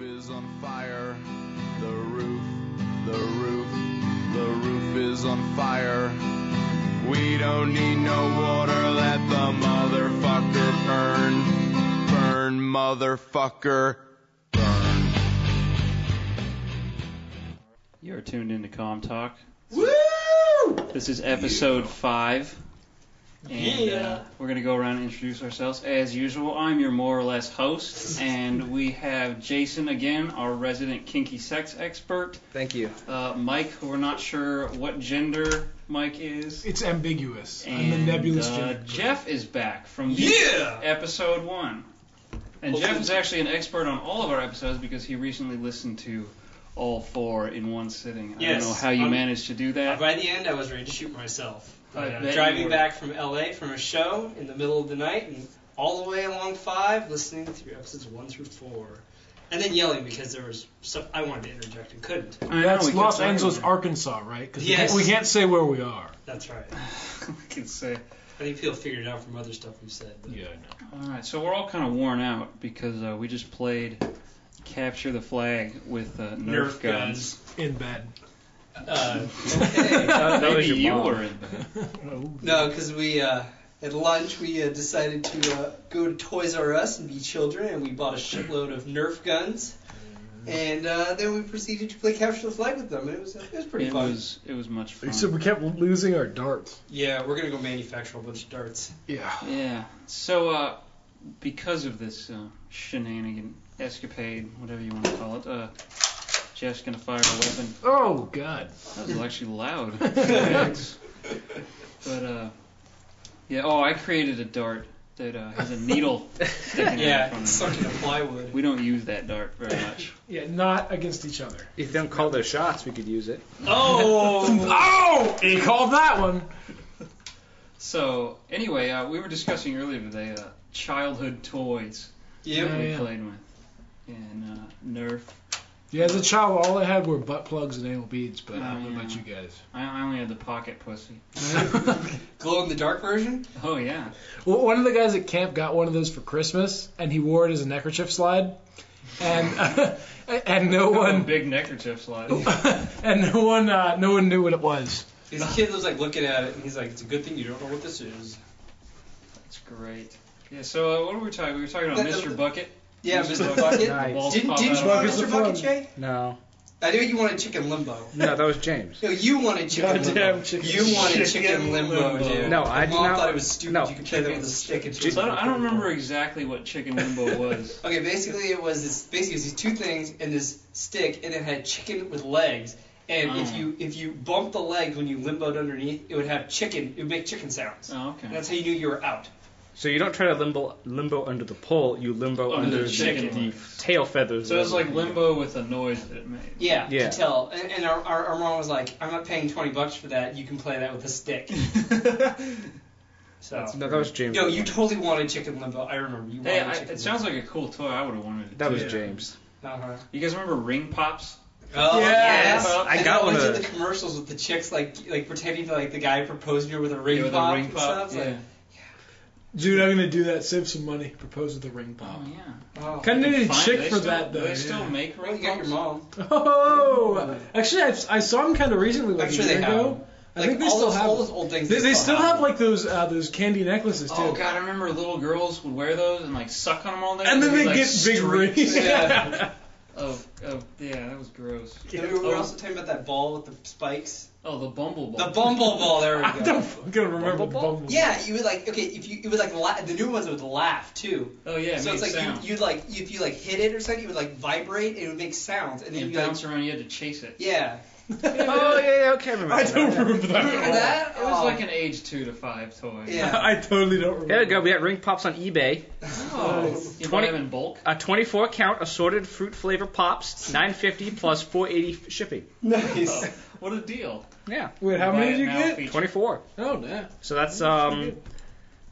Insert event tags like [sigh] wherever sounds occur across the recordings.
is on fire. The roof, the roof, the roof is on fire. We don't need no water. Let the motherfucker burn. Burn, motherfucker. You're tuned into Com Talk. Woo! This is episode five. And uh, Yeah. we're going to go around and introduce ourselves as usual. I'm your more or less host, and we have Jason again, our resident kinky sex expert. Thank you. Uh, Mike, who we're not sure what gender Mike is. It's ambiguous. I'm And the nebulous uh, gender. Jeff is back from the Yeah! episode one. And Jeff is actually an expert on all of our episodes because he recently listened to all four in one sitting. I Yes, don't know how you I'm- managed to do that. By the end, I was ready to shoot myself. I But, uh, bet you driving were. back from LA from a show in the middle of the night and all the way along five, listening through episodes one through four, and then yelling because there was stuff I wanted to interject and couldn't. I know, we That's kept Los talking [laughs] Angeles, about Arkansas, right? Because Yes. we can't say where we are. That's right. it. I can say. I think people figured it out from other stuff we've said. But Yeah, I know. All right, so we're all kind of worn out because uh, we just played capture the flag with uh, Nerf, Nerf guns. guns. In bed. [laughs] Uh, okay. That, That was Maybe your you mom. were in there. [laughs] Oh. No, because we uh, at lunch we uh, decided to uh, go to Toys R Us and be children, and we bought a shitload of Nerf guns, and uh, then we proceeded to play capture the flag with them, and it was it was pretty It fun. was it was much fun. Except we kept losing our darts. Yeah, we're gonna go manufacture a bunch of [laughs] darts. Yeah. Yeah. So, uh, because of this uh, shenanigan, escapade, whatever you want to call it, uh, Jeff's gonna fire a weapon. Oh God. That was actually loud. Thanks. but uh, yeah. Oh, I created a dart that uh, has a needle sticking out Yeah, from it's it. stuck in the plywood. We [laughs] don't use that dart very much. Yeah, not against each other. If they don't call their shots, we could use it. Oh, Oh, he called that one. So anyway, uh, we were discussing earlier today uh, childhood toys that yep. we yeah. played with, and uh, Nerf. Yeah, as a child, all I had were butt plugs and anal beads. But I don't know Yeah. about you guys. I, I only had the pocket pussy. [laughs] [laughs] Glow in the dark version. Oh yeah. Well, one of the guys at camp got one of those for Christmas, and he wore it as a neckerchief slide, and [laughs] and no One one big neckerchief slide. [laughs] and no one uh, no one knew what it was. His kid was like looking at it, and he's like, "It's a good thing you don't know what this is." That's great. Yeah. So uh, what were we talking? We were talking about That- uh, Mr. Bucket. Yeah, Mr. Bucket. Nice. Balls Didn't, pop didn't out you of want his- Mr. Bucket, Jay? No. I knew you wanted chicken limbo. No, that was James. No, you wanted chicken Goddamn limbo. chicken- You chicken wanted chicken limbo, limbo. dude. No, My I did mom not- thought it was stupid. no. you could play that with a stick. And So I don't, I don't remember exactly what chicken limbo was. [laughs] Okay, basically it was this. Basically, it was these two things and this stick, and it had chicken with legs. And if Oh. you if you bumped the legs when you limboed underneath, it would have chicken. It would make chicken sounds. Oh, And okay. that's how you knew you were out. So you don't try to limbo limbo under the pole. You limbo Under under, the the, chicken the legs. tail feathers. So it was like limbo with a noise that it made. Yeah, Yeah. to tell. And, and our, our, our mom was like, "I'm not paying 20 bucks for that. You can play that with a stick." [laughs] So. No, that was James. No, you totally wanted chicken limbo. I remember. You wanted [laughs] Hey, I, chicken it sounds like a cool toy. I would have wanted it. That too. was James. limbo. Uh-huh. You guys remember ring pops? Oh Yeah. yes, Well, I And got they one always of did those. the commercials with the chicks like like pretending to like the guy proposed to her with a ring Yeah, with a pop ring and pop, stuff. It's Dude, I'm gonna do that. Save some money. Propose with a ring pop. Oh yeah. Like, oh, Kind of They need a find- chick they for still- that do though. They still yeah. make well, ring you got your pops. mom. [laughs] Oh, actually, I, I saw them kind of recently, like I'm a sure year they have. ago. them. I like think they all still those, have. all those old things. they, they still have like those uh, those candy necklaces too. Oh god, I remember little girls would wear those and like suck on them all day. And then There'd they be, like, get big streaks rings. Yeah. Of, of yeah, that was gross. And we were Oh. also talking about that ball with the spikes. Oh, the bumble ball. The bumble ball. There we go. [laughs] [laughs] I don't fucking remember the Bumble? bumble. Yeah, you would like okay if you it was like la- the new ones would laugh too. oh yeah, it so made it's like sound. You, you'd like if you like hit it or something, it would like vibrate and it would make sounds and then It you like bounced around. You had to chase it. [laughs] yeah. Oh yeah, yeah, okay, I remember. I don't that. remember that. Remember at all. that? It was Oh. like an age two to five toy. Yeah. I totally don't remember. There we go. We got ring pops on eBay. Oh, [laughs] you buy 20 them in bulk. A 24 count assorted fruit flavor pops, 950 plus 480 f- shipping. Nice. What a deal. Yeah, Wait, how Buy many it did you now, get? feature. 24. Oh, no. So that's um,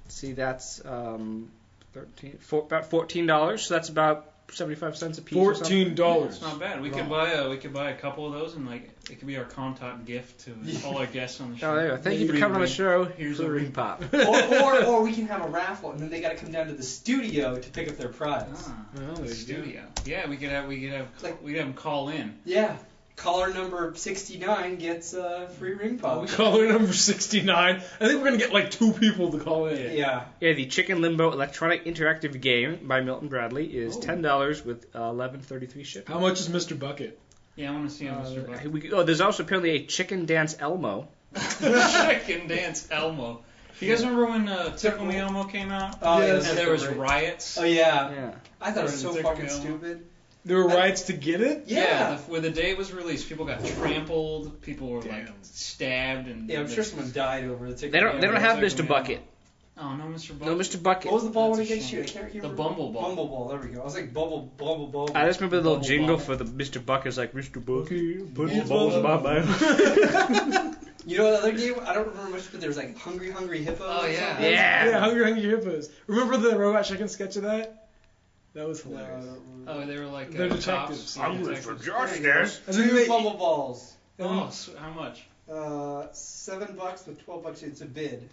see that's um, thirteen, four, about fourteen dollars. So that's about 75 cents a piece. or something. Fourteen dollars. It's not bad. We could buy a we could buy a couple of those and like it could be our Comtop gift [laughs] to all our guests on the show. Oh, there you go. Thank you for Ring, coming on the ring. show. Here's Here's a a ring ring. pop. [laughs] or, or, or we can have a raffle, and then they got to come down to the studio to pick up their prize. Ah, Well, there you the go. studio. Yeah, we could have we could have Like- we'd have them call in. Yeah. Caller number 69 gets uh, free ring Oh, pop. Caller number 69. I think we're going to get like two people to call in. Yeah. [laughs] Yeah, the Chicken Limbo Electronic Interactive Game by Milton Bradley is Oh. $10 with uh, 11.33 shipping. How much is Mr. Bucket? Yeah, I want to see him, Mr. Uh, Buck. we- oh, there's also apparently a Chicken Dance Elmo. [laughs] Chicken Dance Elmo. You guys remember when uh, Tickle Me Elmo came out? Oh, Yes. yeah. and there was great. riots. Oh, yeah. Yeah. I thought it was Or so in the fucking Tickle. stupid. There were rights to get it? Yeah. the- when the day it was released, people got trampled. People were like Damn. stabbed and. Yeah, I'm sure someone died over the ticket. They don't. They don't have Yeah, Mr. Bucket. Oh no, Mr. Buck. No, Mr. Bucket. What was the ball one That's a against you? I shame. can't The remember. Bumble Ball. Bumble Ball, there we go. I was like, Bubble, Bubble, Bubble. I [laughs] just remember the little Bubble jingle Bob. for the Mr. Bucket. It's like Mr. Bucket, put Yes, balls in my mouth. [laughs] [laughs] You know another game? I don't remember much, but there was like Hungry Hungry Hippo. Oh, or yeah. something. Yeah. Yeah, Hungry Hungry Hippos. Remember the Robot Chicken sketch of that? That was hilarious. No. Oh, they were like. They're uh, detectives. cops. Yeah, detectives. justice. I think Two they- Bubble Balls. Um, Oh, s- how much? Uh, seven bucks with twelve bucks. It's a bid.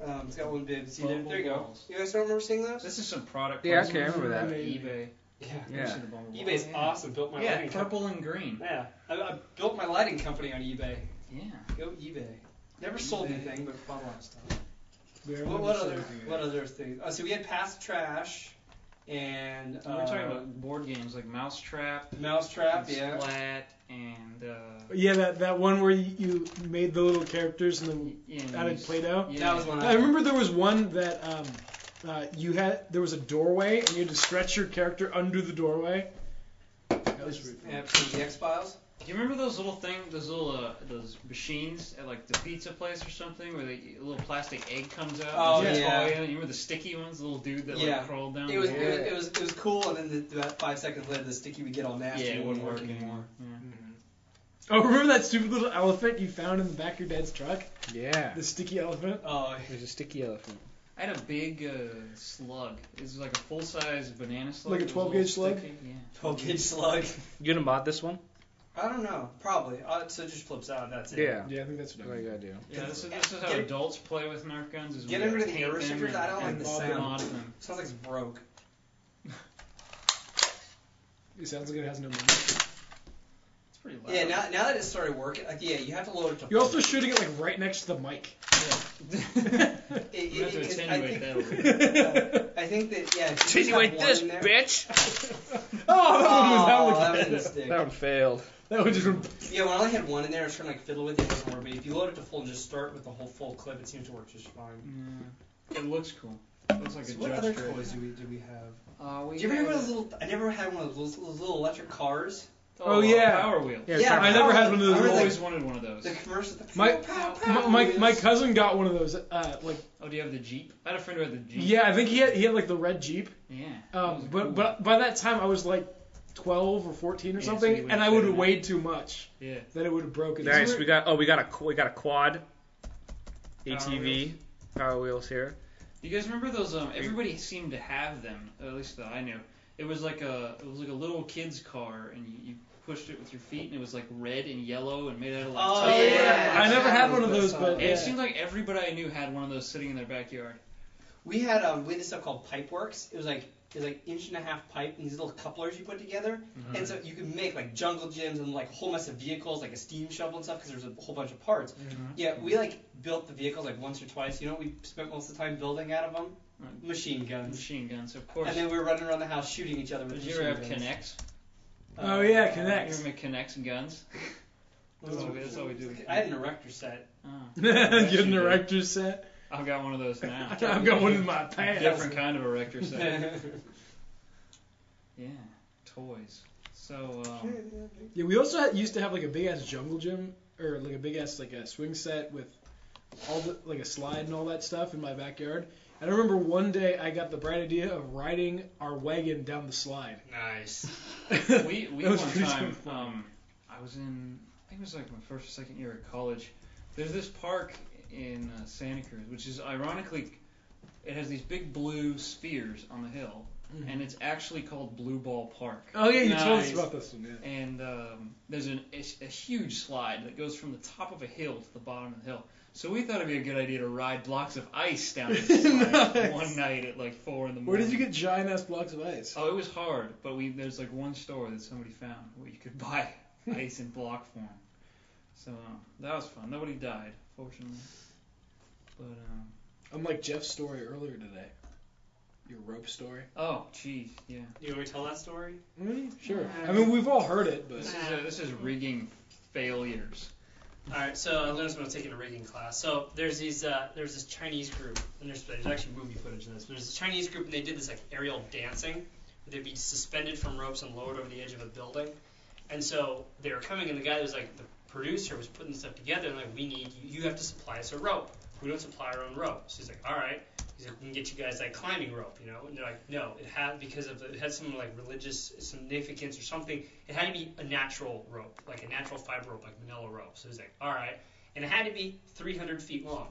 Ah. Um, it's got one bid. See, there, Bubble there you go. Balls. You guys don't remember seeing those? This is some product. Yeah, placement. okay, I remember that. eBay. Yeah. I've Yeah. seen the Bumble Ball. eBay's yeah. awesome. Built my Yeah, lighting. company. purple and green. Yeah. I, I built my lighting company on eBay. Yeah. Go eBay. Never sold eBay. anything, but bought a lot of stuff. Yeah, I What, remember what seeing other it. what other things? Oh, so we had past trash, and We uh, were talking about board games like Mousetrap, mousetrap. Yeah. Splat, and uh, Yeah, that, that one where you, you made the little characters and then yeah, added Play-Doh. Yeah. That was one. I remember there was one that um, uh, you had. There was a doorway, and you had to stretch your character under the doorway. That was weird. Yeah, from the X Files. Do you remember those little thing, those little uh, those machines at like the pizza place or something, where the little plastic egg comes out? Oh, and it's yeah. all in it? You remember the sticky ones, the little dude that Yeah. like crawled down? It was, the it was it was it was cool, and then the, about five seconds later, the sticky would get all yeah, nasty. it and wouldn't work anymore. Yeah. Oh, remember that stupid little elephant you found in the back of your dad's truck? Yeah. The sticky elephant. Oh, [laughs] There's a sticky elephant. I had a big uh, slug. It was like a full size banana slug. Like It a was little 12-gauge slug? sticky, Yeah. 12 gauge slug. You gonna mod this one? I don't know. Probably. Uh, so it just flips out. That's it. Yeah. Yeah, I think that's what I Like got. I do. Yeah, this is, this is how Get- adults play with Nerf guns. Is Get we rid of the paint arrow them stickers. and- I don't like and the mod sound. mod them. Sounds like it's broke. It sounds like it has no money. It's pretty loud. Yeah. Now, now that it started working, like, yeah, you have to load it to. You're also shooting it like right next to the mic. Yeah. [laughs] [laughs] It, it, You have to it- 'cause I attenuate think, that a little [laughs] bit. oh, I think that yeah. if you just Insinuate have one this, in there- bitch. that one Oh, was that that was a was mistake. That one failed. [laughs] that one just. went- Yeah, when I only had one in there, I was trying to like fiddle with it before, but if you load it to full and just start with the whole full clip, it seems to work just fine. Yeah. It looks cool. looks like So a what jock other strap. toys do we do we have? Uh, we Do you ever have had- one of those little? I never had one of those, those little electric cars. Oh, yeah. Power Wheel. Yeah, Yeah, I never had one of those I've I remember always always wanted one of those. the commercial. The My- pow, pow, My, pow my my wheels. cousin got one of those. Uh, like Oh, do you have the Jeep? I had a friend who had the Jeep. yeah, I think he had he had like the red jeep. Yeah. that was Um, but cool. but by that time I was like 12 or 14 or Yeah, so something, you would've and I would have been- weighed too much Yeah. that it would have broken. Nice. [laughs] We got. Oh, we got a qu- we got a quad. Power ATV. Power wheels here. You guys remember those? Um, everybody seemed to have them. Or at least that I knew. It was like a it was like a little kid's car, and you, you pushed it with your feet, and it was like red and yellow and made out of like. Oh, tough yeah. rubber. I never had one of Yeah. those, but And yeah. It seemed like everybody I knew had one of those sitting in their backyard. We had um, we had this stuff called Pipeworks. It was like it was like inch and a half pipe and these little couplers you put together, Mm-hmm. and so you could make like jungle gyms and like a whole mess of vehicles, like a steam shovel and stuff, because there's a whole bunch of parts. Mm-hmm. Yeah, we like built the vehicles like once or twice. You know, what we spent most of the time building out of them Right. machine guns, Machine guns, of course. and then we were running around the house shooting each other with Did you machine ever have guns. Uh, Connects? Oh, yeah, You Kinect. ever make Connects and guns? That's what we- that's what we do. I had an erector set. Oh, you had an Yeah. erector set. I've got one of those now. [laughs] I've got one in my pants. Different kind of erector [laughs] set. yeah, Yeah, toys. So, [laughs] um, Yeah, we also had, used to have like a big ass jungle gym or like a big ass like a swing set with all the like a slide and all that stuff in my backyard. And I remember one day I got the bright idea of riding our wagon down the slide. nice. we, we That one was pretty time, fun. um, I was in, I think it was like my first or second year at college. There's this park in uh, Santa Cruz, which is ironically, it has these big blue spheres on the hill. and it's actually called Blue Ball Park. Mm-hmm. Oh yeah, you told us Nice. about this one. Yeah. And um, there's an, a, a huge slide that goes from the top of a hill to the bottom of the hill. So we thought it'd be a good idea to ride blocks of ice down [laughs] this slide Nice. one night at like four in the morning. Where did you get giant ass blocks of ice? Oh, it was hard, but we there's like one store that somebody found where you could [laughs] buy ice in block form. So um, that was fun. Nobody died, fortunately. But um, Unlike Jeff's story earlier today, your rope story. oh, jeez, yeah. You want me to tell that story? Sure. I mean, we've all heard it, but This is uh this is rigging failures. All right, so I learned this when I was taking a rigging class. So there's these, uh, there's this Chinese group, and there's, there's actually movie footage of this. There's this Chinese group, and they did this like aerial dancing. where They'd be suspended from ropes and lowered over the edge of a building. And so they were coming, and the guy that was like the producer was putting stuff together, and like we need you, you have to supply us a rope. We don't supply our own rope. So he's like, all right. He's like, we can get you guys like climbing rope, you know? And they're like, no, it had because of the, it had some like religious significance or something. It had to be a natural rope, like a natural fiber rope, like manila rope. So he's like, all right. And it had to be 300 feet long.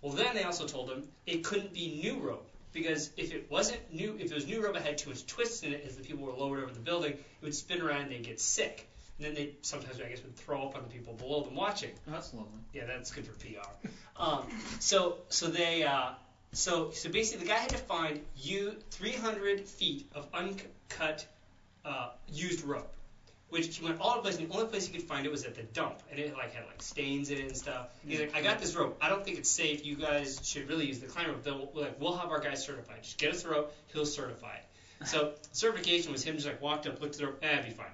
Well, then they also told him it couldn't be new rope because if it wasn't new, if it was new rope, it had too much twist in it. As the people were lowered over the building, it would spin around and they'd get sick. And then they sometimes, I guess, would throw up on the people below them watching. Oh, that's lovely. Yeah, that's good for PR. Um, so so they uh, so so basically the guy had to find you 300 feet of uncut uh, used rope, which he went all over the place. And the only place he could find it was at the dump, and it like had like stains in it and stuff. He's like, I got this rope. I don't think it's safe. You guys should really use the climb rope. They'll, like, we'll have our guy certified. Just get us the rope. He'll certify it. So certification was him just like walked up, looked at the rope, eh, it'd be fine.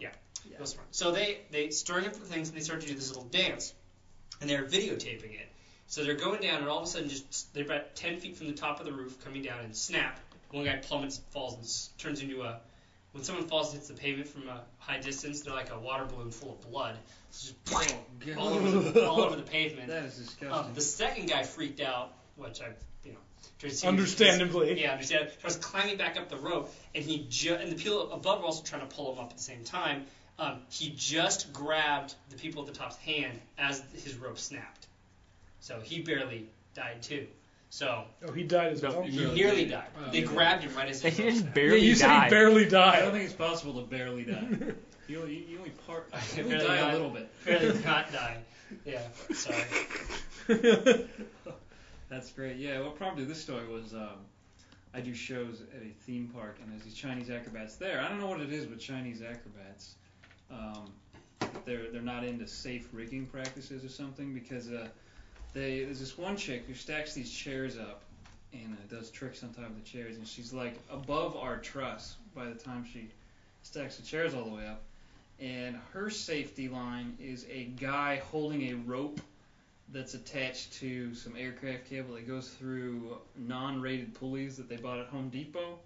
Yeah, it was fine. So they they stirring up the things and they start to do this little dance and they're videotaping it. So they're going down, and all of a sudden, just they're about 10 feet from the top of the roof, coming down, and snap. One guy plummets, falls, and s- turns into a. When someone falls and hits the pavement from a high distance, they're like a water balloon full of blood. It's just Oh, God. all over the, all over the [laughs] pavement. That is Um, disgusting. the second guy freaked out, which I, you know, tried to see- understandably. Yeah, understand. I was climbing back up the rope, and he ju- and the people above were also trying to pull him up at the same time. Um, he just grabbed the people at the top's hand as his rope snapped, so he barely died too. So Oh, he died as well. he nearly died. Oh, they yeah. grabbed him right as They his just Yeah, rope snapped. barely you said died. he barely I don't died. [laughs] think it's possible to barely die. You, only- you only [laughs] part. You only Barely die died. a little bit. [laughs] barely not die. Yeah, sorry. That's great. Yeah, well, probably this story was um, I do shows at a theme park, and there's these Chinese acrobats there. I don't know what it is with Chinese acrobats. Um, they're they're not into safe rigging practices or something because uh, they there's this one chick who stacks these chairs up and uh, does tricks on top of the chairs, and she's like above our truss by the time she stacks the chairs all the way up. And her safety line is a guy holding a rope that's attached to some aircraft cable that goes through non-rated pulleys that they bought at Home Depot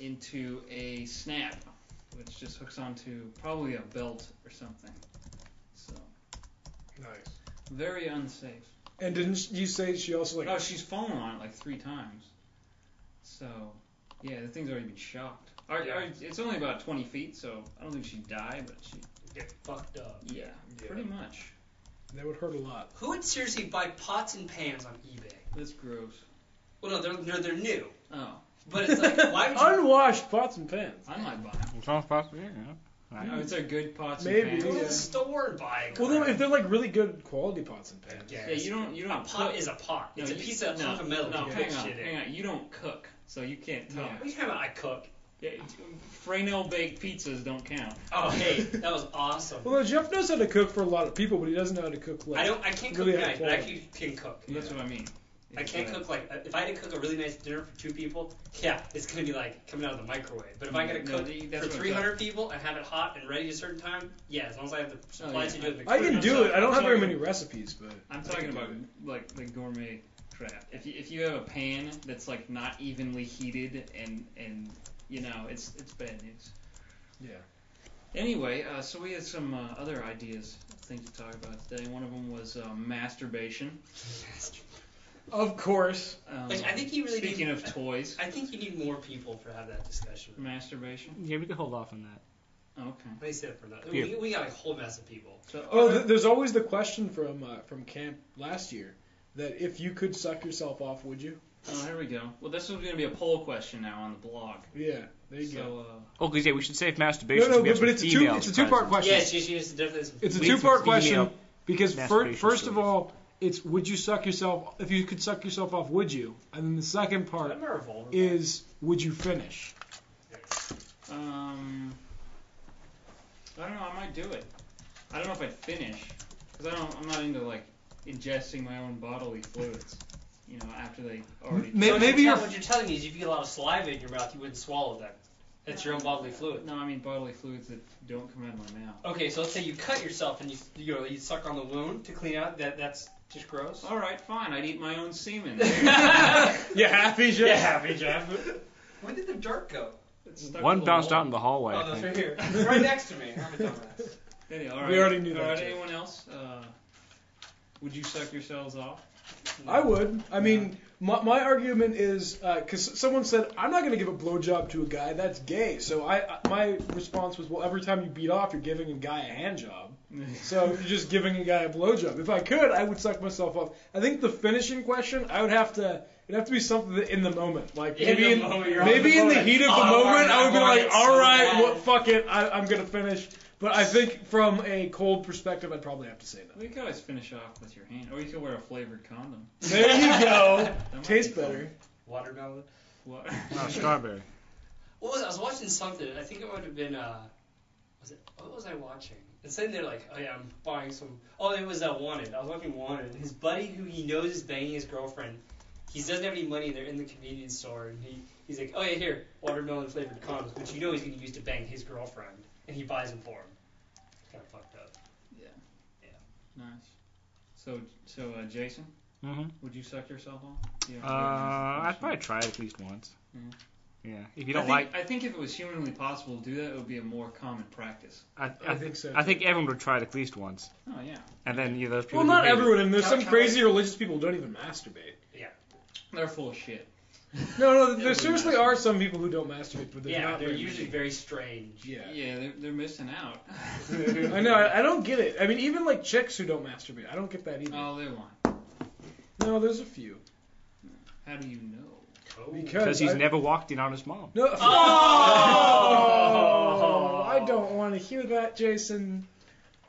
into a snap, which just hooks onto probably a belt or something. So Nice. very unsafe. And didn't you say she also like? oh, she's fallen on it like three times. So yeah, the thing's already been shocked. Or, or it's only about 20 feet, so I don't think she'd die, but she Get fucked up. yeah, pretty much. That would hurt a lot. Who would seriously buy pots and pans on eBay? That's gross. Well, no, they're they're, they're new. Oh, But it's like, [laughs] why would you? Unwashed pots and pans. I might buy them. Sounds possible, yeah. Right. Oh, it's a good pots Maybe. and Go pans. to Yeah. the store and buy it. Well, no, if they're like really good quality pots and pans. Yeah, Yeah, you don't you a don't pot cook. is a pot. It's No, a you- piece of no, hunk of metal. No, you hang put on, shit in. hang on. You don't cook, so you can't talk. What are you talking about? I cook. Yeah. Franel baked pizzas don't count. [laughs] Oh, hey, that was awesome. Although Jeff knows how to cook for a lot of people, but he doesn't know how to cook like. I don't. I can't cook Really nice, high but I can, quality. can cook. That's what I mean. I It's, can't uh, cook like if I had to cook a really nice dinner for two people. Yeah, it's gonna be like coming out of the microwave. But if I gotta No, cook the- that's for what I'm 300 people and have it hot and ready at a certain time, yeah, as long as I have the supplies Oh, yeah. to do it. the I can cleanup do stuff. it. I don't have very talking- many recipes, but. I'm I talking can do about it. like the gourmet crap. If you if you have a pan that's like not evenly heated and and you know it's it's bad news. Yeah. Anyway, uh, so we had some uh, other ideas, things to talk about today. One of them was uh, masturbation. Of course. Um, Like, I think you really speaking need- of toys, [laughs] I think you need more people to have that discussion. masturbation. Yeah, we could hold off on that. Okay. Let me say that for another. Yeah. We, we got a whole mess of people. So, Oh, th- there's always the question from uh, from camp last year that if you could suck yourself off, would you? Oh, here we go. Well, this is going to be a poll question now on the blog. Yeah, there you go. So, uh, Oh, because yeah, we should save No, masturbation. no, we have but, but some it's a two female it's a two part presence. question. Yeah, she, she is definitely. Some It's a Leads two part with question female because fir- masturbation first of stories. all, it's would you suck yourself if you could suck yourself off, would you? And then the second part I'm a revolver. is would you finish? um, I don't know. I might do it. I don't know if I'd finish because I don't. I'm not into like ingesting my own bodily fluids. You know, after they already. May- so maybe you're you're- tell- what you're telling me is if you get a lot of saliva in your mouth, you wouldn't swallow that. That's your own bodily fluid. No, I mean bodily fluids that don't come out of my mouth. Okay, so let's say you cut yourself and you you, know, you suck on the wound to clean out. That that's just gross. [laughs] All right, fine. I'd eat my own semen. You happy, Jeff? Yeah, happy Jeff. Where did the dart go? It's stuck One to the bounced wall. out in the hallway. Oh, I that's think. right here. [laughs] It's right next to me. I'm a dumbass. Anyway, all right. We already knew that, All right, Jeff. anyone else? Uh, would you suck yourselves off? I would. I mean, my, my argument is because someone said I'm not going to give a blowjob to a guy that's gay. So I, I my response was, well, every time you beat off, you're giving a guy a hand [laughs] job. So you're just giving a guy a blowjob. If I could, I would suck myself off. I think the finishing question, I would have to. It'd have to be something that in the moment, like In maybe the in, moment, you're on maybe the in the moment. heat of the Oh, I moment, I would be want it like, so all right, bad." well, fuck it, I, I'm gonna finish. But I think from a cold perspective, I'd probably have to say no. We could always finish off with your hand, or you could wear a flavored condom. There you go. That might Tastes be fun. better. Watermelon. What? [laughs] Oh, strawberry. What was I was watching something? I think it would have been uh, was it? What was I watching? And sitting there like, oh yeah, I'm buying some. Oh, it was uh, Wanted. I was watching Wanted. His buddy, who he knows is banging his girlfriend, he doesn't have any money. They're in the convenience store, and he he's like, oh yeah, here, watermelon flavored condoms, which you know he's gonna use to bang his girlfriend, and he buys them for him. It's kind of fucked up. nice. So, so uh, Jason, Mm-hmm. would you suck yourself off? You Uh, don't really answer the I'd probably question. try it at least once. Mm. Mm-hmm. Yeah. If you don't I like, think, I think if it was humanly possible to do that, it would be a more common practice. I, I think so. I too. think everyone would try it at least once, Oh yeah. and then you know, those people. Well, who not hate it- everyone, and there's Couch some hopping. crazy religious people who don't even masturbate. They're full of shit. No, no, there Everyone seriously masturbates. are some people who don't masturbate, but they're Yeah, not they're very usually many. very strange. Yeah. Yeah, they're, they're missing out. [laughs] I [laughs] know. I, I don't get it. I mean, even like chicks who don't masturbate, I don't get that Oh. either. All Oh, they want. no, there's a few. How do you know? Oh. Because Because he's I- never walked in on his mom. [laughs] No. Oh! I don't want to hear that, Jason.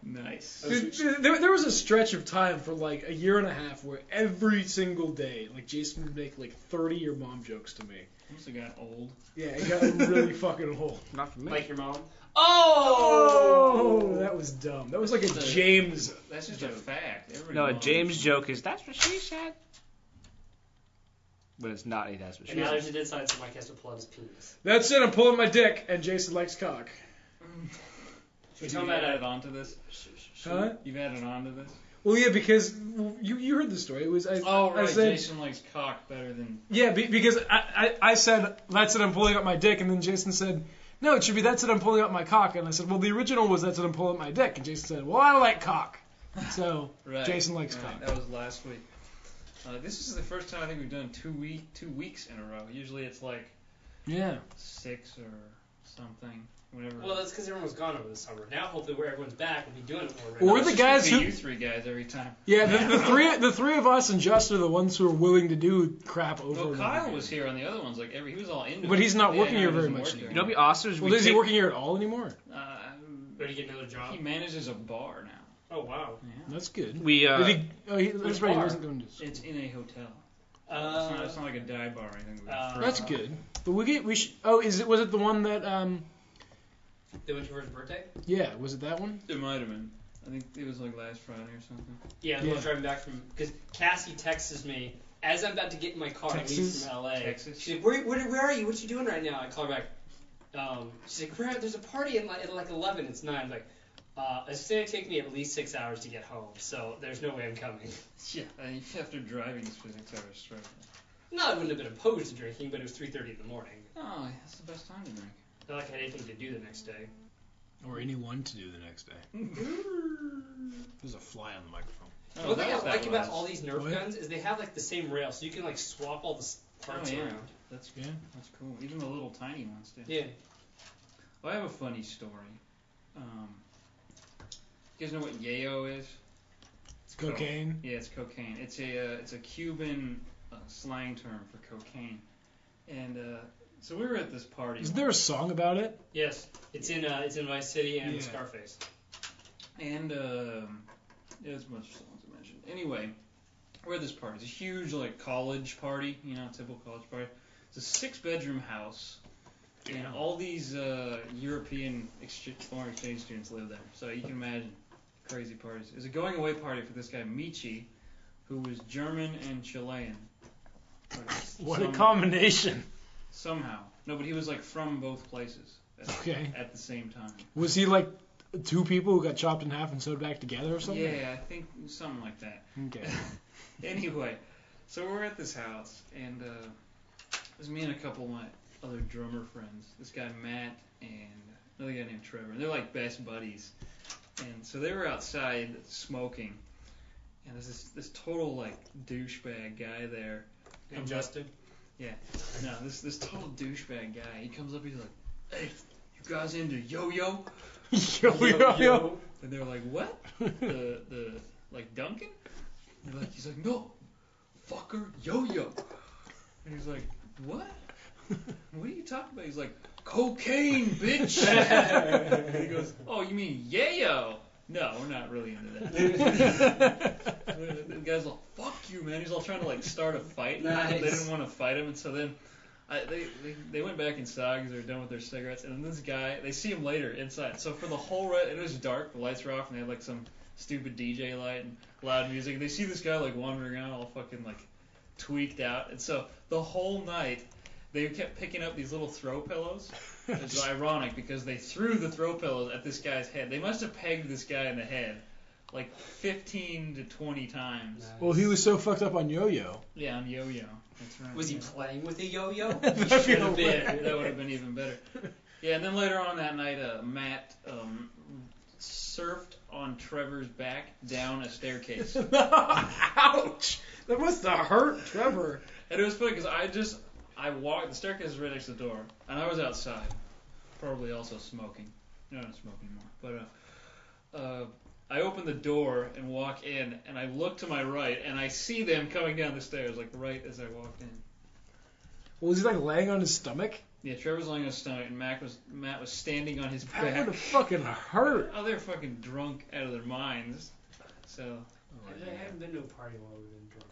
Nice. Dude, there, there was a stretch of time for like a year and a half where every single day, like Jason would make like 30 your mom jokes to me. Must have got old. Yeah, it got [laughs] really fucking old. Not for me. Like your mom? Oh, that was dumb. That was like a That's a- James That's just a fact. Every no, a mom- James joke is that's what she said. But it's not. He that's what she And now said. there's an inside, so Mike has to pull out his penis. That's it. I'm pulling my dick, and Jason likes cock. You've Talking about added on to this? Huh? You've added on to this? Well, yeah, because you you heard the story. It was I, Oh, I right. said Jason likes cock better than. yeah be, because I, I I said that's it. I'm pulling out my dick, and then Jason said no, it should be that's it. I'm pulling out my cock, and I said well the original was that's it. I'm pulling out my dick, and Jason said well I like cock. So Right. Jason likes right, cock. That was last week. Uh, this is the first time I think we've done two week two weeks in a row. Usually it's like yeah, six or something. Whenever. Well, that's because everyone was gone over the summer. Now, hopefully, where everyone's back, we'll be doing it more Or regularly. the It's just guys gonna be who- you three guys every time. yeah. The, the three the three of us and Justin are the ones who are willing to do crap over. Well, and over Kyle again. was here on the other ones. Like every, he was all into. But it. he's not Yeah, working no, here he very doesn't much work anymore. here You know, what'd be awesome. Is Well, we is he take- working here at all anymore? Ready Uh, to get another job? he manages a bar now. Oh, wow. Yeah. That's good. We uh, Did he, oh, he, that's which right. He bar? wasn't going to. It's in a hotel. it's, not, Uh, it's not like a dive bar or anything. uh, That's good. But we get we should. Oh, is it was it the one that um they went to for his birthday? yeah was it that one? it might have been. I think it was like last Friday or something. Yeah, yeah. I Yeah. was driving back from. Because Cassie texts me as I'm about to get in my car and leave Texas? from LA. Texas. She's like, where, where, where are you? What you doing right now? I call her back. Um, she's like, where, there's a party at like, at like 11. It's 9. I'm like, uh, it's going to take me at least six hours to get home, so there's no way I'm coming. [laughs] Yeah, I mean, after driving this physics hour straight. No, I wouldn't have been opposed to drinking, but it was 3.30 in the morning. Oh, that's the best time to drink. Not like I had anything to do the next day. Or anyone to do the next day. Mm-hmm. There's a fly on the microphone. Oh, One thing that I was that like about last. all these Nerf What? guns is they have like the same rail, so you can like swap all the s- parts Oh, yeah. around. That's Yeah. that's cool. Even the little tiny ones do. Yeah. Well, I have a funny story. Um, you guys know what yayo is? It's cocaine. Yeah, it's cocaine. It's a uh, it's a Cuban uh, slang term for cocaine. And uh, so we were at this party. Is there a song about it? Yes, it's in uh, it's in Vice City and Yeah. Scarface. And um, yeah, there's a bunch of songs I mentioned. Anyway, we're at this party. It's a huge like college party, you know, typical college party. It's a six-bedroom house, and all these uh, European exchange, foreign exchange students live there. So you can imagine crazy parties. It's a going-away party for this guy Michi, who was German and Chilean. Or What a some- combination. Somehow, no, but he was like from both places at, Okay. at the same time. Was he like two people who got chopped in half and sewed back together or something? Yeah, I think something like that. Okay. [laughs] anyway, so we're at this house, and uh, it was me and a couple of my other drummer friends. This guy Matt and another guy named Trevor. And they're like best buddies. And so they were outside smoking, and there's this this total like douchebag guy there. And Justin. No, this this total douchebag guy. He comes up, he's like, "Hey, you guys into yo-yo?" [laughs] yo, yo, yo. And they're like, "What?" the the like Duncan? And like he's like, No, fucker yo yo And he's like, What? What are you talking about? He's like, Cocaine, bitch And he goes, Oh, you mean yayo? No, we're not really into [laughs] that. [laughs] the guy's like, Fuck you man he's all trying to like start a fight. Nice. They didn't want to fight him and so then I, they, they they went back inside because they were done with their cigarettes, and then this guy they see him later inside. So for the whole re- it was dark, the lights were off, and they had like some stupid DJ light and loud music. And they see this guy like wandering around all fucking like tweaked out, and so the whole night they kept picking up these little throw pillows. [laughs] It's ironic because they threw the throw pillows at this guy's head. They must have pegged this guy in the head like 15 to 20 times. Well, he was so fucked up on yo-yo. Yeah, on yo-yo. That's right. Was he [laughs] yeah. playing with a yo-yo? Should have been. That would have been even [laughs] better. Yeah, and then later on that night, uh, Matt um, surfed on Trevor's back down a staircase, and [laughs] Ouch! That must have hurt Trevor. it was funny because I just I walked the staircase is right next to the door, and I was outside, probably also smoking. No, I don't smoke anymore. But uh, uh, I open the door and walk in, and I look to my right, and I see them coming down the stairs, like right as I walked in. Well, was he like laying on his stomach? Yeah, Trevor's lying on his stomach, and Matt was Matt was standing on his That back. would have fucking hurt. Oh, they're fucking drunk out of their minds. So I haven't been to a party while we've been drunk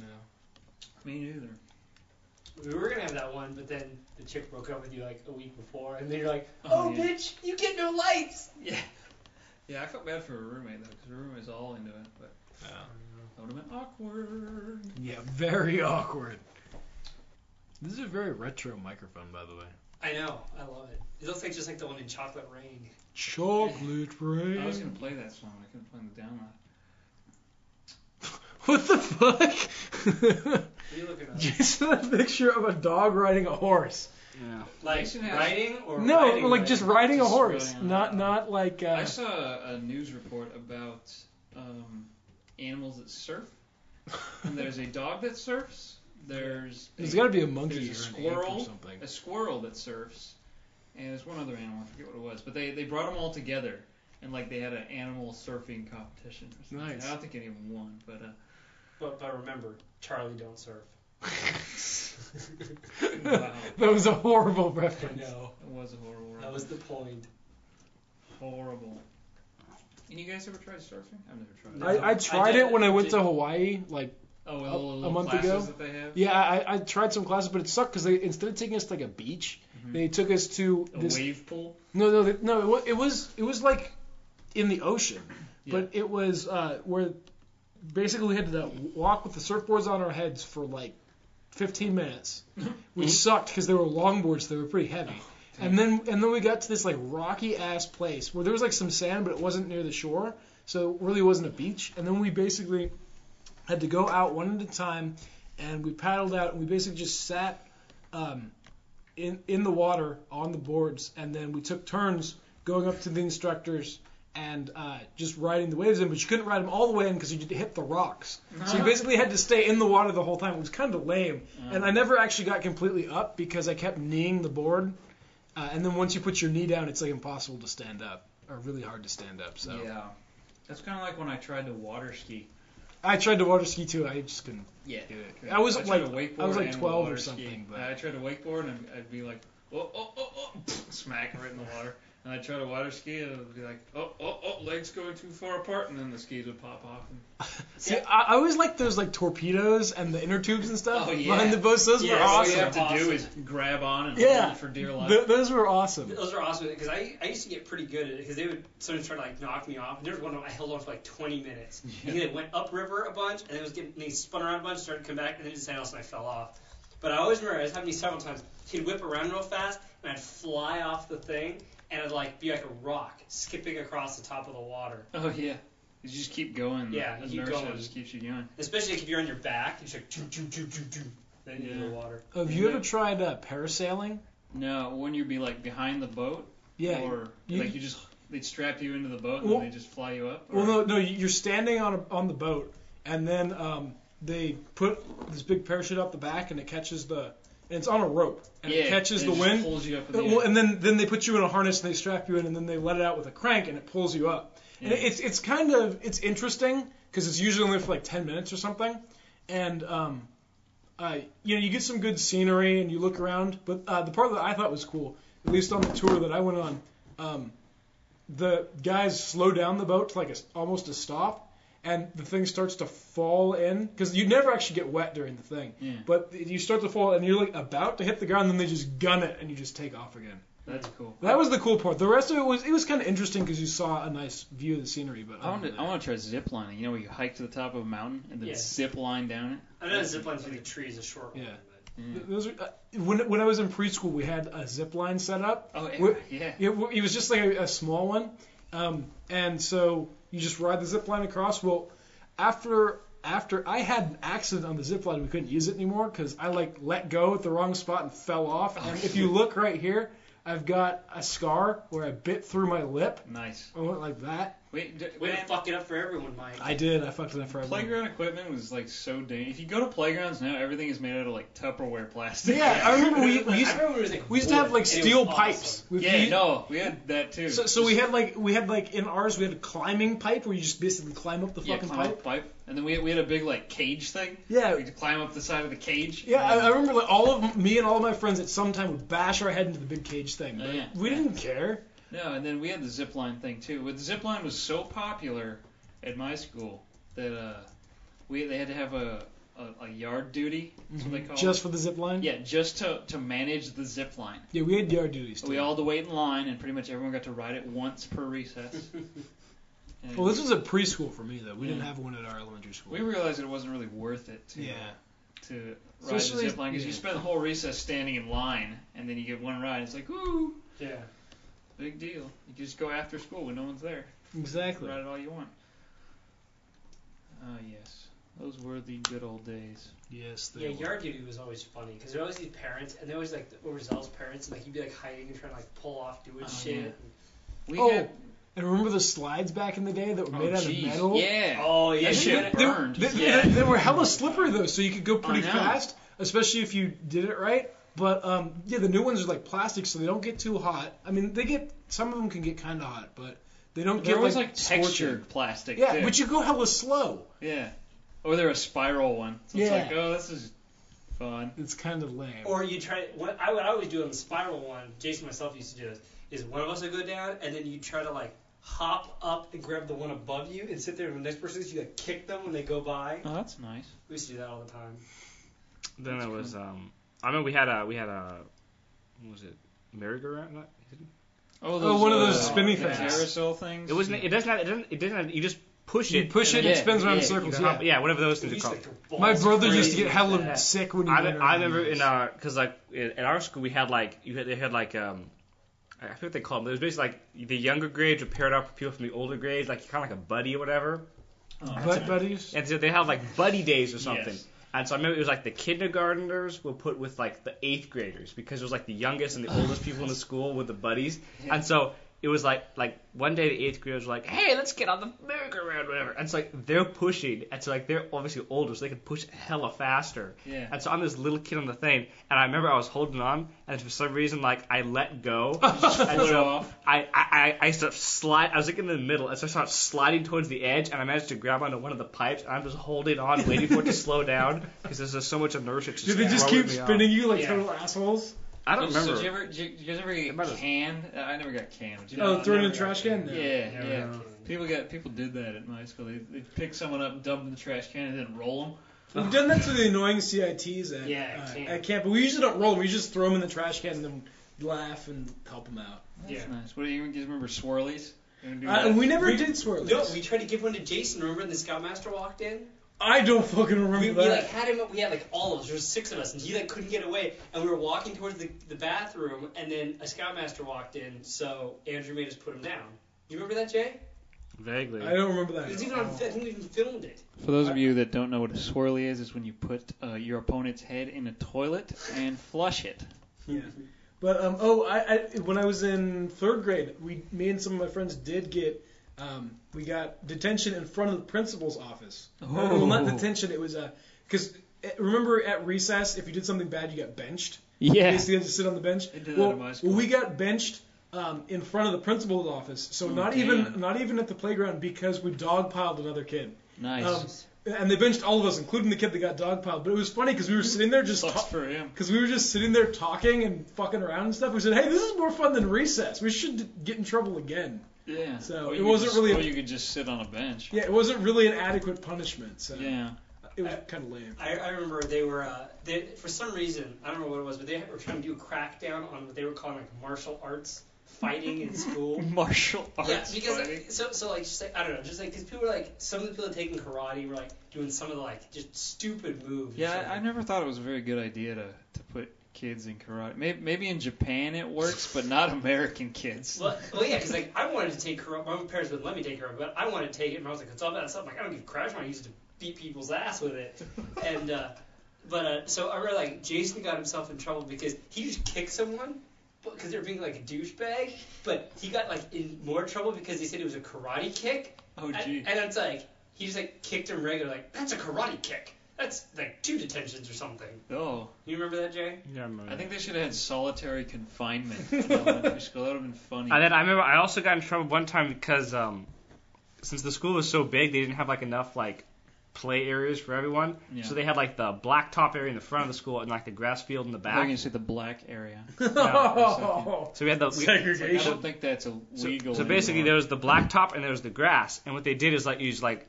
out of No. me neither. our minds. We were gonna have that one, but then the chick broke up with you like a week before, and then you're like, Oh, "Oh, yeah. bitch, you get no lights." Yeah. Yeah, I felt bad for her roommate though, because her roommate's all into it, but that would have been awkward. Yeah, very awkward. This is a very retro microphone, by the way. I know, I love it. It looks like just like the one in Chocolate Rain. Chocolate rain. [laughs] I was gonna play that song, I couldn't find the download. What the [laughs] fuck? What are you [laughs] looking at? Just a picture of a dog riding a horse. Like Jason has- riding or no, riding, like just riding a Just horse, riding on- not not like. Uh, I saw a news report about um, animals that surf, and there's [laughs] a dog that surfs. There's a, [laughs] There's got to be a monkey there's a or an ape squirrel. or [laughs] something. [laughs] a squirrel that surfs, and there's one other animal. I forget what it was, but they they brought them all together, and like they had an animal surfing competition. Or something. Nice. I don't think anyone won, but uh, But, but remember, Charlie don't surf. [laughs] wow, That was a horrible I reference. know. it was a horrible. That was the point. horrible. And you guys ever tried surfing? I've never tried. No. it. I, I tried did- it when I went did- to Hawaii. Like, oh, with a- all the a little month classes ago? that they have. yeah, I, I tried some classes, but it sucked because they instead of taking us to like a beach, they took us to A this. wave pool. No, no, they, no. It wa- It was it was like in the ocean, Yeah. but it was uh, where basically we had to walk with the surfboards on our heads for like 15 minutes, Mm-hmm. which sucked because they were longboards. They were pretty heavy. And then and then we got to this like rocky ass place where there was like some sand, but it wasn't near the shore, so it really wasn't a beach. And then we basically had to go out one at a time, and we paddled out, and we basically just sat um, in in the water on the boards, and then we took turns going up to the instructors and uh, just riding the waves in. But you couldn't ride them all the way in because you hit the rocks, so you basically had to stay in the water the whole time. It was kind of lame, and I never actually got completely up because I kept kneeing the board. Uh, and then once you put your knee down, it's like impossible to stand up, or really hard to stand up. So Yeah. That's kind of like when I tried to water ski. I tried to water ski too. I just couldn't Yeah. do it. I was I tried like, to wakeboard I was like and 12 water or ski. something, but- I tried to wakeboard and I'd be like, oh, oh, oh, oh, [laughs] smack right in the water. And I'd try to water ski and I'd be like, oh, oh, oh, legs going too far apart, and then the skis would pop off. And, see. I, I always liked those like torpedoes and the inner tubes and stuff Oh, yeah. behind the boats. Those Yes. were all awesome. you have to do Awesome. is grab on and Yeah. hold it for dear life. Th- those were awesome. Those are awesome because I, I used to get pretty good at it because they would sometimes try to like knock me off. And there was one I held on for like 20 minutes. And then it went upriver a bunch and then it was getting and then he spun around a bunch, started to come back, and then decided else and I fell off. But I always remember it happened to me several times. He'd whip around real fast and I'd fly off the thing and I'd like be like a rock skipping across the top of the water. oh yeah, you just keep going. Yeah, you keep inertia going. just keeps you going. Especially like, if you're on your back, you're just like choo choo choo choo choo. Then you're in the water. Have you ever tried uh, parasailing? No, wouldn't you be like behind the boat? Yeah. Or you- like you just they strap you into the boat and Well- they just fly you up. Well, Or- no, no. You're standing on a, on the boat, and then um, they put this big parachute up the back, and it catches the. And it's on a rope, and yeah, it catches and the it just wind. pulls you up. In Uh, the Well, air. and then then they put you in a harness and they strap you in and then they let it out with a crank and it pulls you up. And Yeah. it's it's kind of it's interesting because it's usually only for like ten minutes or something, and um, uh, you know you get some good scenery and you look around. But uh, the part that I thought was cool, at least on the tour that I went on, um, the guys slow down the boat to like a, almost a stop, and the thing starts to fall in because you never actually get wet during the thing. yeah, But you start to fall, and you're like about to hit the ground, and then they just gun it, and you just take off again. that's cool. That was the cool part. The rest of it was it was kind of interesting because you saw a nice view of the scenery. But I want to I want to try zip lining. You know, where you hike to the top of a mountain and then Yeah. zip line down it. I know the zip line through the tree is a short one. Yeah. But Th- Those are, uh, when when I was in preschool, we had a zip line set up. Oh yeah, Wh- yeah. It, w- it was just like a, a small one, um, and so you just ride the zip line across. Well, after after I had an accident on the zip line, we couldn't use it anymore because I like let go at the wrong spot and fell off. And if you look right here, I've got a scar where I bit through my lip. Nice. I went like that. Wait, d- way to man, fuck it up for everyone, Mike. I did. I fucked it up for everyone. playground equipment was like so dangerous. If you go to playgrounds now, everything is made out of like Tupperware plastic. Yeah, I remember we, I we used remember it was like we used to have wood, like and it was steel awesome. [laughs] pipes. We'd Yeah, use- no, we had that too. So, so we had like we had like in ours we had a climbing pipe where you just basically climb up the yeah, fucking climb pipe. up pipe, and then we had, we had a big like cage thing. Yeah. we'd climb up the side of the cage. Yeah, I, I remember like all of me and all of my friends at some time would bash our head into the big cage thing, Oh, but yeah. we didn't care. No, and then we had the zip line thing too. But the zip line was so popular at my school that uh, we they had to have a a, a yard duty. That's what they call Mm-hmm. Just it. for the zip line. yeah, just to to manage the zip line. Yeah, we had yard duties. Too. We all had to wait in line, and pretty much everyone got to ride it once per [laughs] recess. And Well, this was a preschool for me though. We didn't Yeah. have one at our elementary school. we realized it wasn't really worth it to yeah. to ride Especially- the zip line because you yeah. spend the whole recess standing in line, and then you get one ride. It's like ooh, Yeah. big deal. You can just go after school when no one's there. Exactly. Write it all you want. Ah, yes. Those were the good old days. Yes. They Yeah, were. yard duty was always funny because there were always these parents, and there was like the overzealous parents, and like you'd be like hiding and trying to like pull off doing Oh, shit. We Oh, had, And remember the slides back in the day that were made oh, out geez. of metal? Yeah. Oh yeah, That you shit would've- They- burned. They, yeah. they- they were hella slippery though, so you could go pretty know. fast, especially if you did it right. But um, yeah, the new ones are like plastic, so they don't get too hot. I mean, they get some of them can get kind of hot, but they don't there get was like, like textured scorching. plastic. Yeah, too. but you go hella slow. yeah. Or they're a spiral one. So it's Yeah. like, oh, this is fun. It's kind of lame. Or you try. What I would always do on the spiral one, Jason and myself used to do this, is one of us would go down, and then you try to like hop up and grab the one above you and sit there, and the next person you like kick them when they go by. Oh, that's nice. We used to do that all the time. Then it was um I mean we had a we had a what was it merry-go-round? Not- Oh, one of those spinny the things. Carousel things. It wasn't. It doesn't. have- It doesn't. It doesn't. have- You just push you it. push it, and it Yeah, spins around in yeah, circles. Yeah. Yeah. yeah, whatever those We things used are to called. go balls My brother used to crazy get with hella that. sick when he I, went I around remember these. in uh, cause like in, in our school we had like you had, they had like um I forget what they called them. It was basically like the younger grades were paired up with people from the older grades, like kind of like a buddy or whatever. Oh, that's butt nice. buddies. And so they have like buddy days or something. Yes. And so I remember it was like the kindergartners were put with like the eighth graders because it was like the youngest and the oldest people in the school with the buddies. And so it was like like one day the eighth graders were like, hey, let's get on the merry-go-round, whatever. And it's like they're pushing, and so like they're obviously older, so they can push hella faster. Yeah. And so I'm this little kid on the thing, and I remember I was holding on, and for some reason like I let [laughs] go, and Pull it so off. I, I, I, I sort of slide. I was like in the middle, and so I started sliding towards the edge, and I managed to grab onto one of the pipes. And I'm just [laughs] holding on, waiting for it to slow down because there's just so much inertia. it's Do they just throwing keep me off. spinning you like Yeah. total assholes? I don't so, So remember. did you ever, did you, did you guys ever It might get have- canned? Uh, I never got canned. but you oh, know, throw it in the never got- trash can? No. Yeah, Never yeah. got canned. People got people did that at my school. They they pick someone up, dump them in the trash can, and then roll them. We've done that to the annoying CITs at, Yeah, uh, camp. at camp, but we usually don't roll them. We just throw them in the trash can and then laugh and help them out. That's Yeah. nice. What do you, you guys remember swirlies? You wanna do Uh, that? we never We- did swirlies. No, we tried to give one to Jason. Remember, and the scoutmaster walked in. I don't fucking remember We, we that. like had him. We had like all of us. There was six of us, and he like couldn't get away. And we were walking towards the, the bathroom, and then a scoutmaster walked in. So Andrew made us put him down. You remember that, Jay? Vaguely. I don't remember that. It was at even on. all. I think we even filmed it. For those of you that don't know what a swirly is, is when you put uh, your opponent's head in a toilet and flush it. Yeah. But um, oh, I, I when I was in third grade, we me and some of my friends did get um, we got detention in front of the principal's office. Oh. Well, not detention. It was because remember at recess, if you did something bad, you got benched. You Yeah. basically had to sit on the bench. They did that well, at my well, school. we got benched. Um, in front of the principal's office, so Oh, not damn. even not even at the playground because we dogpiled another kid, Nice. um, and they benched all of us, including the kid that got dogpiled. But it was funny because we were sitting there just Sucks ta- for him. because we were just sitting there talking and fucking around and stuff. We said, hey, this is more fun than recess. We should d- get in trouble again. Yeah. So Or it you could wasn't just- really a- Or you could just sit on a bench. Yeah, it wasn't really an adequate punishment, so Yeah. [laughs] it was kind [laughs] of lame. I, I remember they were uh, they, for some reason I don't know what it was, but they were trying to do a crackdown on what they were calling like martial arts fighting [laughs] in school. Martial arts. Yeah, because fighting. like, so so like just like I don't know, just like because people were like some of the people taking karate were like doing some of the like just stupid moves. Yeah, Like, I, I never thought it was a very good idea to, to put kids in karate. Maybe, maybe in Japan it works, but not American kids. Well, well, yeah, because like I wanted to take karate. My parents wouldn't let me take karate, but I wanted to take it, and I was like, it's all about stuff. Like I don't give a crap. I used to beat people's ass with [laughs] it, and uh, but uh, so I remember like Jason got himself in trouble because he just kicked someone because they were being like a douchebag, but he got like in more trouble because he said it was a karate kick, Oh, gee. and, and it's like he just like kicked him regular, like that's a karate kick. That's like two detentions or something. oh, You remember that, Jay? yeah, I remember. I think they should have had solitary confinement [laughs] in elementary school. That would have been funny. And then I remember I also got in trouble one time because um, since the school was so big, they didn't have like enough like play areas for everyone. Yeah. So they had like the blacktop area in the front of the school and like the grass field in the I'm going back. to say the black [laughs] area. Oh, So we had the we, Like, I segregation. [laughs] don't think that's so, illegal. so basically anymore. there was the blacktop and there was the grass. And what they did is like use like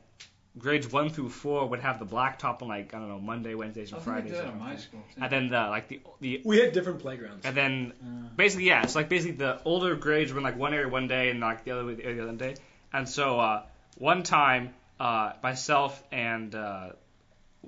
grades one through four would have the blacktop on like I don't know Monday, Wednesdays, I think and they Fridays. did that or at my something. school. too. And then the like the the we had different playgrounds. And then basically, yeah, it's like basically the older grades were in like one area one day and like the other way- the area the other day. And so uh, one time, uh, myself and uh,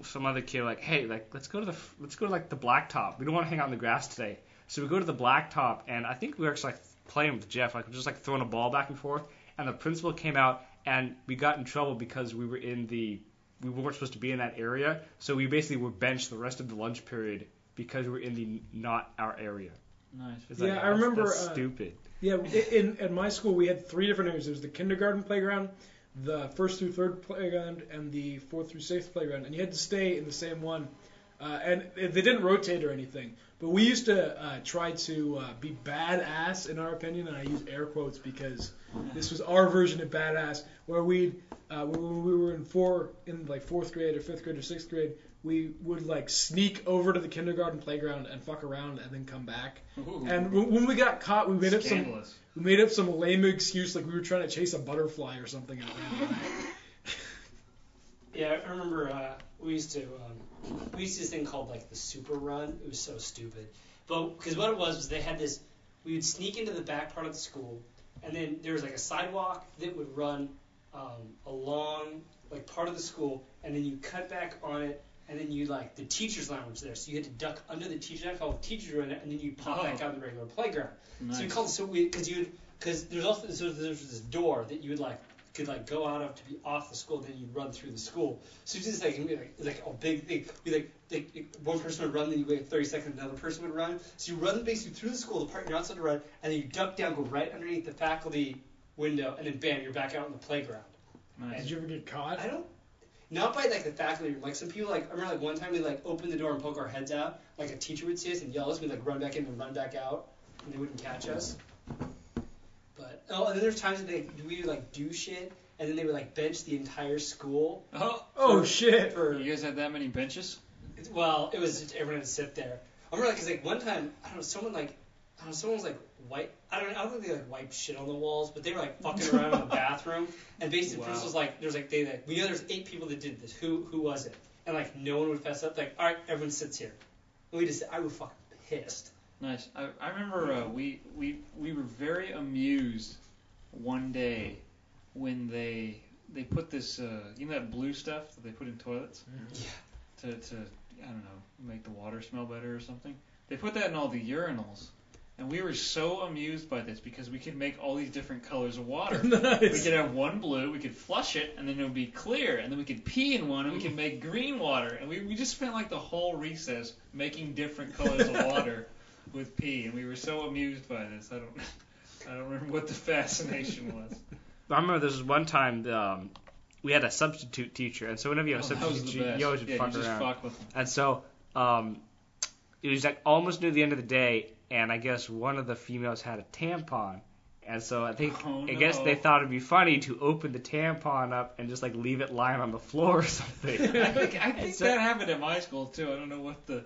some other kid were like, hey, like let's go to the f- let's go to like the blacktop. We don't want to hang out in the grass today. So we go to the blacktop, and I think we were actually like playing with Jeff, like just like throwing a ball back and forth. And the principal came out, and we got in trouble because we were in the we weren't supposed to be in that area. So we basically were benched the rest of the lunch period because we were in the not our area. nice. It's Yeah, I that's- remember, that's uh, stupid. Yeah, i- in at my school we had three different areas. There was the kindergarten playground, the first through third playground, and the fourth through sixth playground, and you had to stay in the same one. Uh, and they didn't rotate or anything, but we used to uh, try to uh, be badass in our opinion, and I use air quotes because this was our version of badass, where we uh, when we were in four in like fourth grade or fifth grade or sixth grade, we would like sneak over to the kindergarten playground and fuck around and then come back. And when when we got caught, we made up some Scandalous. we made up some lame excuse like we were trying to chase a butterfly or something. And it [laughs] ran away. Yeah, I remember uh, we used to um, we used to this thing called like the super run. It was so stupid, but because what it was was they had this. We would sneak into the back part of the school, and then there was like a sidewalk that would run um, along like part of the school, and then you cut back on it, and then you like the teachers' line was there, so you had to duck under the teachers' line, called the teachers' line, and then you pop Oh. back out of the regular playground. So we Nice. called it so we because you because there's also so there's this door that you would like could like go out of to be off the school, then you run through the school. So you just like, it'd be, like, it's like a big thing. You like, like, like, one person would run, then you wait 30 seconds, another person would run. So you run basically through the school, the part you're not supposed to run, and then you duck down, go right underneath the faculty window, and then bam, you're back out on the playground. Did Nice. you ever get caught? I don't. Not by like the faculty room. Like some people, like I remember, like one time we like opened the door and poke our heads out. Like a teacher would see us and yell at us. We'd like run back in and run back out, and they wouldn't catch us. But oh, and then there's times that they we would like do shit, and then they would like bench the entire school Oh, Oh shit! [laughs] for. you guys had that many benches? Well, it was just everyone would sit there. I remember like 'cause like one time I don't know someone like I don't know someone was like wipe I don't I don't think they like wiped shit on the walls, but they were like fucking around in the bathroom. And basically, Wow. wow. was like, there's like they like we know there's eight people that did this. Who who was it? And like no one would fess up. Like all right, everyone sits here. And we just I was fucking pissed. Nice. I, I remember uh, we, we we were very amused one day when they they put this uh, you know that blue stuff that they put in toilets to to I don't know make the water smell better or something. They put that in all the urinals, and we were so amused by this because we could make all these different colors of water. We nice. could have one blue, we could flush it, and then it would be clear, and then we could pee in one, and we could make green water. And we, we just spent like the whole recess making different colors of [laughs] water with pee, and we were so amused by this. I don't I don't remember what the fascination was. I remember there was one time the, um, we had a substitute teacher, and so whenever [laughs] you have a Oh, that was substitute the teacher, best. you always would yeah, fuck you just around. fuck [laughs] with them. And so um, it was like almost near the end of the day, and I guess one of the females had a tampon. And so I think Oh, I guess they no. thought it'd be funny to open the tampon up and just like leave it lying on the floor or [laughs] something. [laughs] I think, I think so- that happened at my school too. I don't know what [laughs] the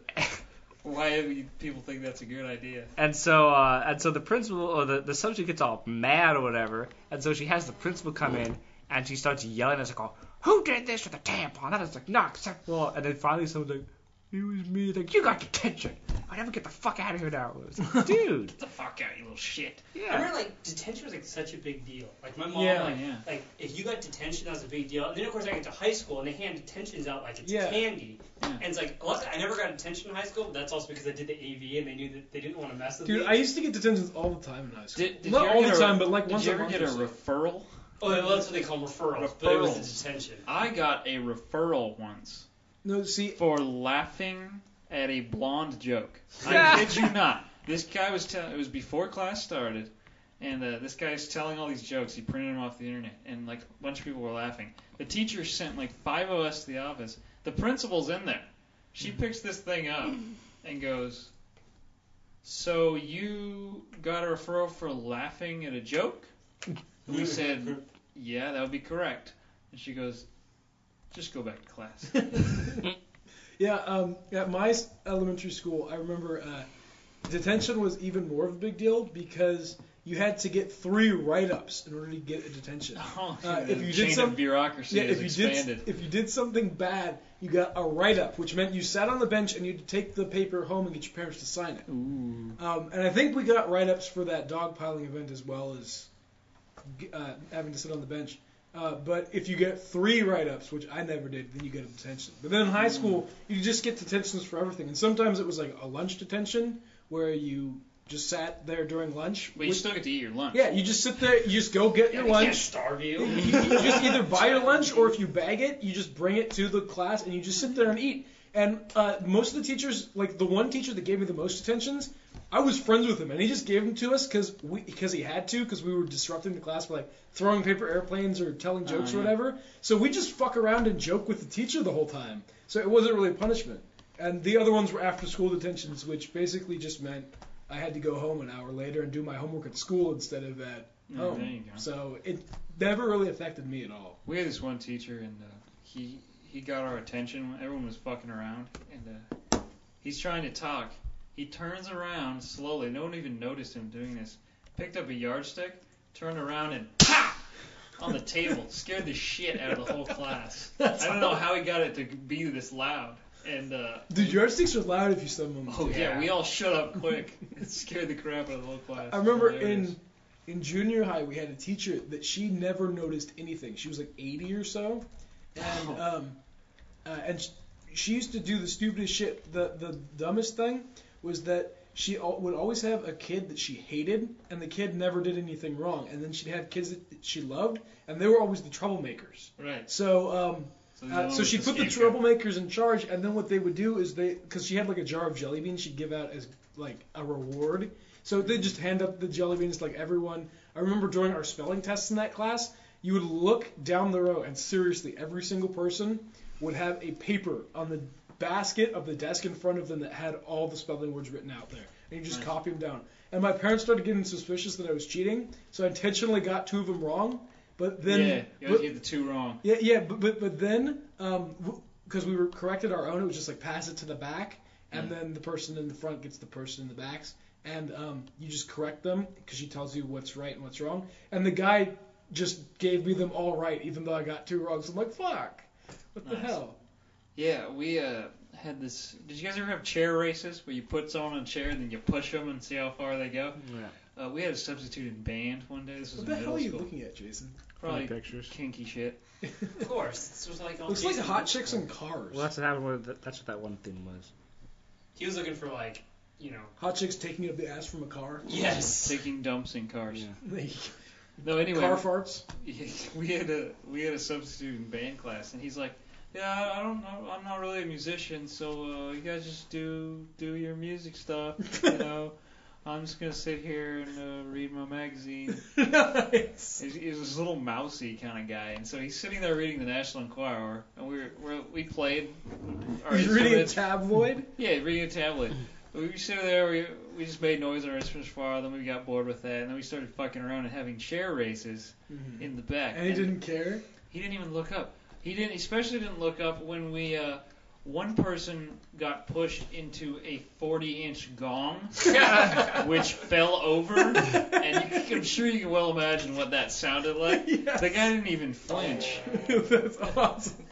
why we- people think that's a good idea. and so uh, and so the principal or the, the substitute gets all mad or whatever, and so she has the principal come in and she starts yelling at us like, oh, "Who did this with the tampon? That is like not acceptable!" And then finally someone's like, "It was me." It's Like you got detention. I never get the fuck out of here now, It was [laughs] like, dude. Get the fuck out, you little shit. I Yeah. remember like detention was like such a big deal. Like my mom Yeah. Oh, like. yeah. Like if you got detention, that was a big deal. And then of course I get to high school and they hand detentions out like it's Yeah. candy. Yeah. And it's like luckily I never got detention in high school. But that's also because I did the AV and they knew that they didn't want to mess with Dude, me. I used to get detentions all the time in high school. Did, did Not you ever all get the a- time, but like did once you a ever month get or a so. referrals? oh, well, that's what they call referrals, but it was Referrals. the detention. I got a referral once. [laughs] No, see, [laughs] for laughing at a blonde joke. I kid you not. This guy was telling. It was before class started, and uh, this guy is telling all these jokes. He printed them off the internet, and like a bunch of people were laughing. The teacher sent like five of us to the office. The principal's in there. She picks this thing up and goes, "So you got a referral for laughing at a joke?" And we said, "Yeah, that would be correct." And she goes, "Just go back to class." [laughs] yeah, um, at my s- elementary school, I remember uh, detention was even more of a big deal because you had to get three write-ups in order to get a detention. [laughs] Oh, Uh, the if you did chain some- of bureaucracy Yeah, has if you expanded. did if you did something bad, you got a write-up, which meant you sat on the bench and you had to take the paper home and get your parents to sign it. Ooh. Um, and I think we got write-ups for that dogpiling event as well as uh, having to sit on the bench. Uh, but if you get three write-ups, which I never did, then you get a detention. But then in high Mm. school, you just get detentions for everything. And sometimes it was like a lunch detention where you just sat there during lunch. But you which- still get to eat your lunch. yeah, you just sit there. You just go get Yeah, your we can't lunch. starve you. [laughs] You, you just either buy your lunch or if you bag it, you just bring it to the class and you just sit there and eat. And uh, most of the teachers, like the one teacher that gave me the most attentions, I was friends with him and he just gave them to us because we because he had to because we were disrupting the class by like throwing paper airplanes or telling jokes yeah. or whatever. So we just fuck around and joke with the teacher the whole time. So it wasn't really a punishment. And the other ones were after school detentions, which basically just meant I had to go home an hour later and do my homework at school instead of at Oh, home. there you go. So it never really affected me at all. We had this one teacher, and uh, he he got our attention. Everyone was fucking around, and uh, he's trying to talk. He turns around slowly. No one even noticed him doing this. Picked up a yardstick, turned around, and [laughs] pa! on the table. Scared the shit out of the whole [laughs] class. I don't know how he got it to be this loud. And uh, Dude, yardsticks are loud if you stub them. oh yeah, we all shut up quick. [laughs] It scared the crap out of the whole class. I remember Hilarious. in in junior high we had a teacher that she never noticed anything. She was like 80 or so, and um, uh, and sh- she used to do the stupidest shit. The the dumbest thing was that she al- would always have a kid that she hated, and the kid never did anything wrong. And then she'd have kids that that she loved, and they were always the troublemakers. Right. So, um, the uh, one so with she put the scapegoat. troublemakers in charge, and then what they would do is they, because she had like a jar of jelly beans, she'd give out as like a reward. So they just hand up the jelly beans to, like everyone. I remember during our spelling tests in that class, you would look down the row, and seriously, every single person would have a paper on the basket of the desk in front of them that had all the spelling words written out there, and you just Nice. copy them down. And my parents started getting suspicious that I was cheating, so I intentionally got two of them wrong. But then, yeah, you always but- get the two wrong. yeah, yeah, but but, but then um, because we were corrected our own, it was just like pass it to the back, Mm. and then the person in the front gets the person in the backs, and um, you just correct them because she tells you what's right and what's wrong, and the guy just gave me them all right, even though I got two wrongs. I'm like, fuck, what the Nice. hell? Yeah, we uh, had this. Did you guys ever have chair races where you put someone on a chair and then you push them and see how far they go? Uh, we had a substitute in band one day. This was in What the hell middle are you school. looking [laughs] at, Jason? Probably pictures. kinky shit. [laughs] Of course. This was like all Looks like these- hot chicks and cars. Well, that's what happened. With that's what that one thing was. He was looking for like, you know. Hot chicks taking up the ass from a car. Yes. Taking dumps in cars. Yeah. No, anyway, Car [laughs] farts. [laughs] [laughs] we had a we had a substitute in band class, and he's like, "Yeah, I don't know, I'm not really a musician, so uh, you guys just do do your music stuff, [laughs] you know. I'm just gonna sit here and uh, read my magazine." nice. He's, he's this little mousy kind of guy, and so he's sitting there reading the National Enquirer, and we were, we're we played. Our He's reading a instruments. tabloid. Yeah, reading a tablet. we were sitting there, we, we just made noise on our instruments for a while, then we got bored with that, and then we started fucking around and having chair races Mm-hmm. in the back. And he didn't care. He didn't even look up. He didn't, especially didn't look up when we. Uh, one person got pushed into a 40-inch gong, which fell over, and you, I'm sure you can well imagine what that sounded [laughs] like. The guy didn't even flinch. That's awesome.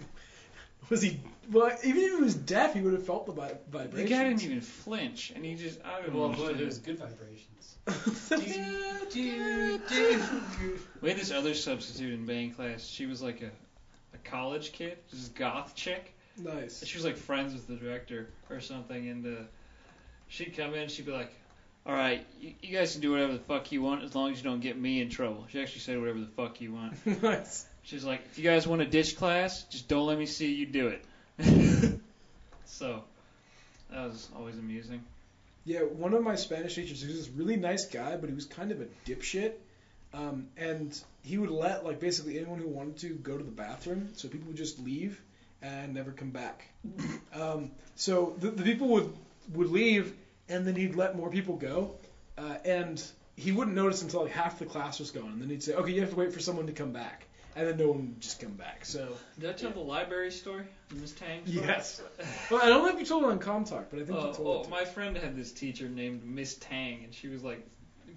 Was he? Well, even if he was deaf, he would have felt the vi- The vibration. guy didn't even flinch, and he just. I don't Well, know. but it was [laughs] good vibrations. We had this other substitute in band class. She was like a, a college kid, this goth chick. nice. [laughs] She was like friends with the director or something, and uh, she'd come in. She'd be like, "All right, you, you guys can do whatever the fuck you want as long as you don't get me in trouble." She actually said, "Whatever the fuck you want." nice. She's like, "If you guys want to ditch class, just don't let me see you do it." [laughs] so that was always amusing. Yeah, one of my Spanish teachers, he was this really nice guy, but he was kind of a dipshit. Um, and he would let like basically anyone who wanted to go to the bathroom, so people would just leave and never come back. um, so the, the people would would leave, and then he'd let more people go, uh, and he wouldn't notice until like half the class was gone, and then he'd say, "Okay, you have to wait for someone to come back," and then no one would just come back. [laughs] So Did I tell the library story? Miss Tang? story? yes, well, I don't know if you told it on Com Talk, but I think Oh, you well, told it. my friend had this teacher named Miss Tang, and she was like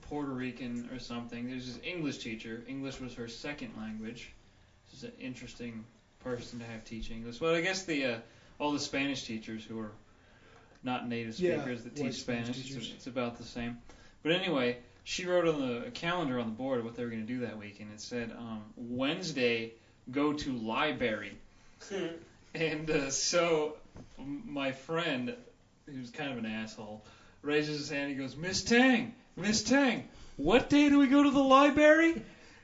Puerto Rican or something. There's this English teacher. English was her second language. She's an interesting person to have teach English. Well, I guess the uh, all the Spanish teachers who are not native Yeah, speakers that white teach Spanish Spanish, it's, teachers. it's about the same. But anyway, she wrote on the a calendar on the board what they were going to do that week, and it said um, Wednesday go to library. [laughs] and uh, so m- my friend, who's kind of an asshole, raises his hand. and He goes, Miss Tang, Miss Tang, what day do we go to the library?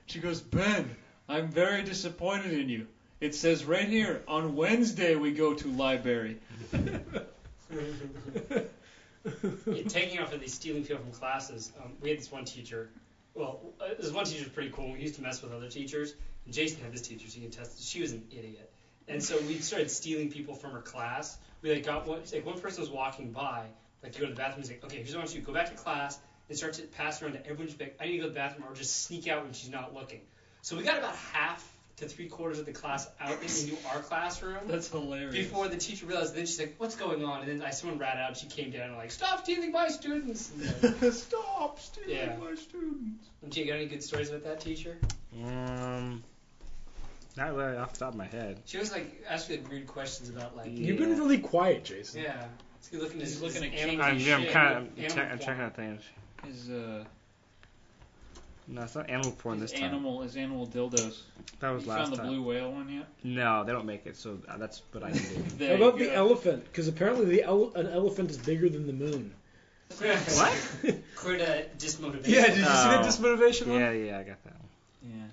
She goes, Ben, I'm very disappointed in you. It says right here on Wednesday we go to library. Yeah, taking off of these stealing people from classes, um, we had this one teacher. Well, uh, this one teacher's pretty cool. We used to mess with other teachers. And Jason had this teacher, so you can test. She was an idiot, and so we started stealing people from her class. We like got one. Like one person was walking by, like to go to the bathroom. He's like, "Okay, here's what I want you to do. go back to class and start to pass around to everyone. Just be like, I need to go to the bathroom, or just sneak out when she's not looking." So we got about half to three quarters of the class out into our classroom. That's hilarious. Before the teacher realized, then she's like, "What's going on?" And then I someone ran out. and She came down and like, "Stop stealing my students!" And, [laughs] uh, Stop stealing Yeah. my students. do you got any good stories about that teacher? Um, not really off the top of my head. She was like asking like, weird questions about like, yeah, Yeah. You've been really quiet, Jason. It's good looking. He's looking at animal I'm, Holy yeah, I'm shit, kind of I'm, animal che- I'm porn. checking out things. [laughs] His, uh, No, it's not animal porn his this time. animal, his animal dildos. That You was last found the time. blue whale one yet? No, they don't make it, so uh, [laughs] that's what I can do. There How you about the go. elephant? Because apparently the ele- an elephant is bigger than the moon. [laughs] Quit, What? quit uh, dismotivation. Yeah, did you see that Oh. dismotivation one? Yeah, yeah, I got that. One. Yeah.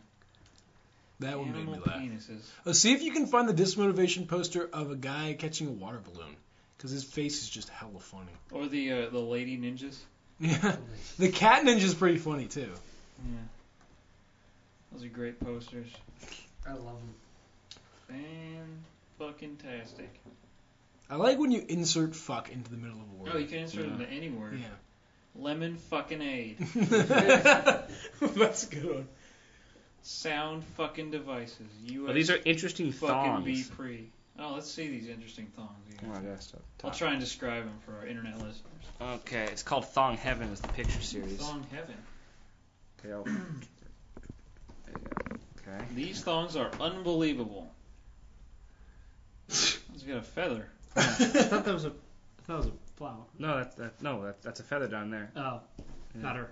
That one made me Animal laugh. penises. Oh, see if you can find the dismotivation poster of a guy catching a water balloon. Because his face is just hella funny. Or the uh, the lady ninjas. [laughs] Yeah. The cat ninja's pretty funny, too. Yeah. Those are great posters. I love them. Fan fucking tastic. I like when you insert fuck into the middle of a word. Oh, you can insert them to any word. Lemon fucking aid. Yeah. [laughs] That's a good one. Sound fucking devices. US Well, these are interesting fucking thongs. be free. Oh, let's see these interesting thongs. Oh, Here. I gotta stop I'll talking. try and describe them for our internet listeners. Okay, it's called Thong Heaven. Is the picture series. Thong heaven. Okay. I'll- okay. These thongs are unbelievable. It's got a feather. I thought that was a that was a flower. No, that's that, no, that, that's a feather down there. Oh, Yeah. not her.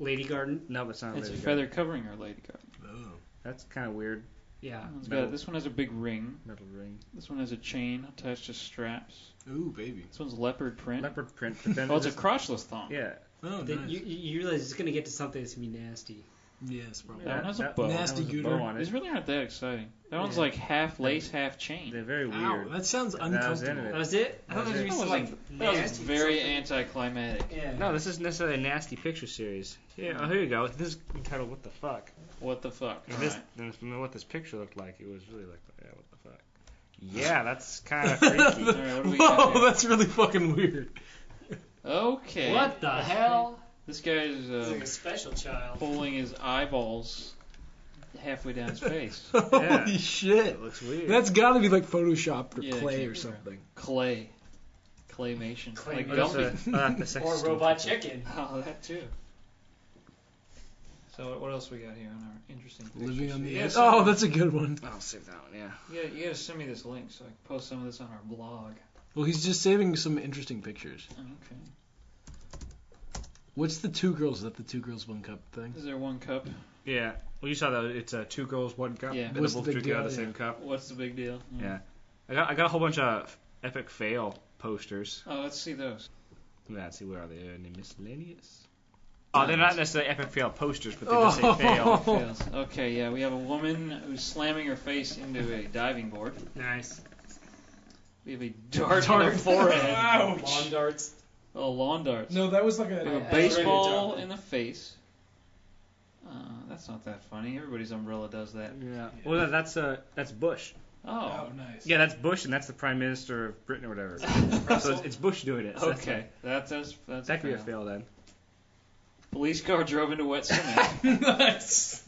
Lady Garden. No, but it's not. It's a really good. feather covering our lady guard. Oh. That's kind of weird. Yeah. That one's Metal. got- This one has a big ring. Metal ring. This one has a chain attached to straps. Ooh, baby. This one's leopard print. Leopard print. [laughs] But then Oh, it's a there's- crotchless thong. Yeah. Oh, Then nice. you, you you realize it's gonna get to something that's gonna be nasty. Yes, probably. Yeah. one has a that- bow. that Nasty one's a gooter. bow on These it. really aren't that exciting. That one's Yeah. like half lace, half chain. They're very Ow, weird. that sounds And that was the end uncomfortable. of That it. was it. I thought That there That was gonna was, be like, something that was nasty. very something- anticlimactic. Yeah. No, this isn't necessarily a nasty picture series. Yeah, oh, here you go. This is entitled "What the Fuck." What the fuck? And this, Alright. and this- what this picture looked like, it was really like, yeah, what the fuck. Yeah, that's [laughs] kind [laughs] of freaky. Alright, what do we got Whoa, here? that's really fucking weird. [laughs] Okay. What the hell? This guy is It's uh, like a special child. pulling his eyeballs halfway down [laughs] his face. Holy Yeah. shit. it looks weird. That's gotta be like Photoshopped or Yeah, it clay can't or be something. Clay. Claymation. Like Claymation. What is Dumpy. a, uh, the [laughs] sex Or stuff. robot chicken. [laughs] Oh, that too. So what- what else we got here on our interesting? Living pictures? on the You edge. gotta Oh, send- that's a good one. I'll save that one. Yeah. Oh. You gotta, you gotta send me this link so I can post some of this on our blog. Well, he's just saving some interesting pictures. Okay. What's the two girls? Is that the two girls, one cup thing? Is there one cup? Yeah. Well, you saw that it's uh, two girls, one cup. Yeah. Yeah. They What's the both big drink out of the deal? same Yeah. cup. What's the big deal? Mm. Yeah. I got I got a whole bunch of epic fail posters. Oh, let's see those. Let's see where are they? Are they miscellaneous? Oh, they're not necessarily epic fail posters, but they just Oh. say fail. Fails. Okay, yeah, we have a woman who's slamming her face into a diving board. Nice. We have a dart on her Dart. forehead. [laughs] Lawn darts. oh, lawn darts. [laughs] No, that was like We have a. a Yeah, baseball yeah. in the face. Uh, that's not that funny. Everybody's umbrella does that. [laughs] Yeah. Well, that- that's uh, that's Bush. Oh, nice. Yeah, that's Bush, and that's the Prime Minister of Britain or [laughs] whatever. [laughs] so it's, it's Bush doing it. So that's okay. That's that's a- that's that could be a fail. fail then. Police car drove into wet [laughs] cement. [laughs] nice.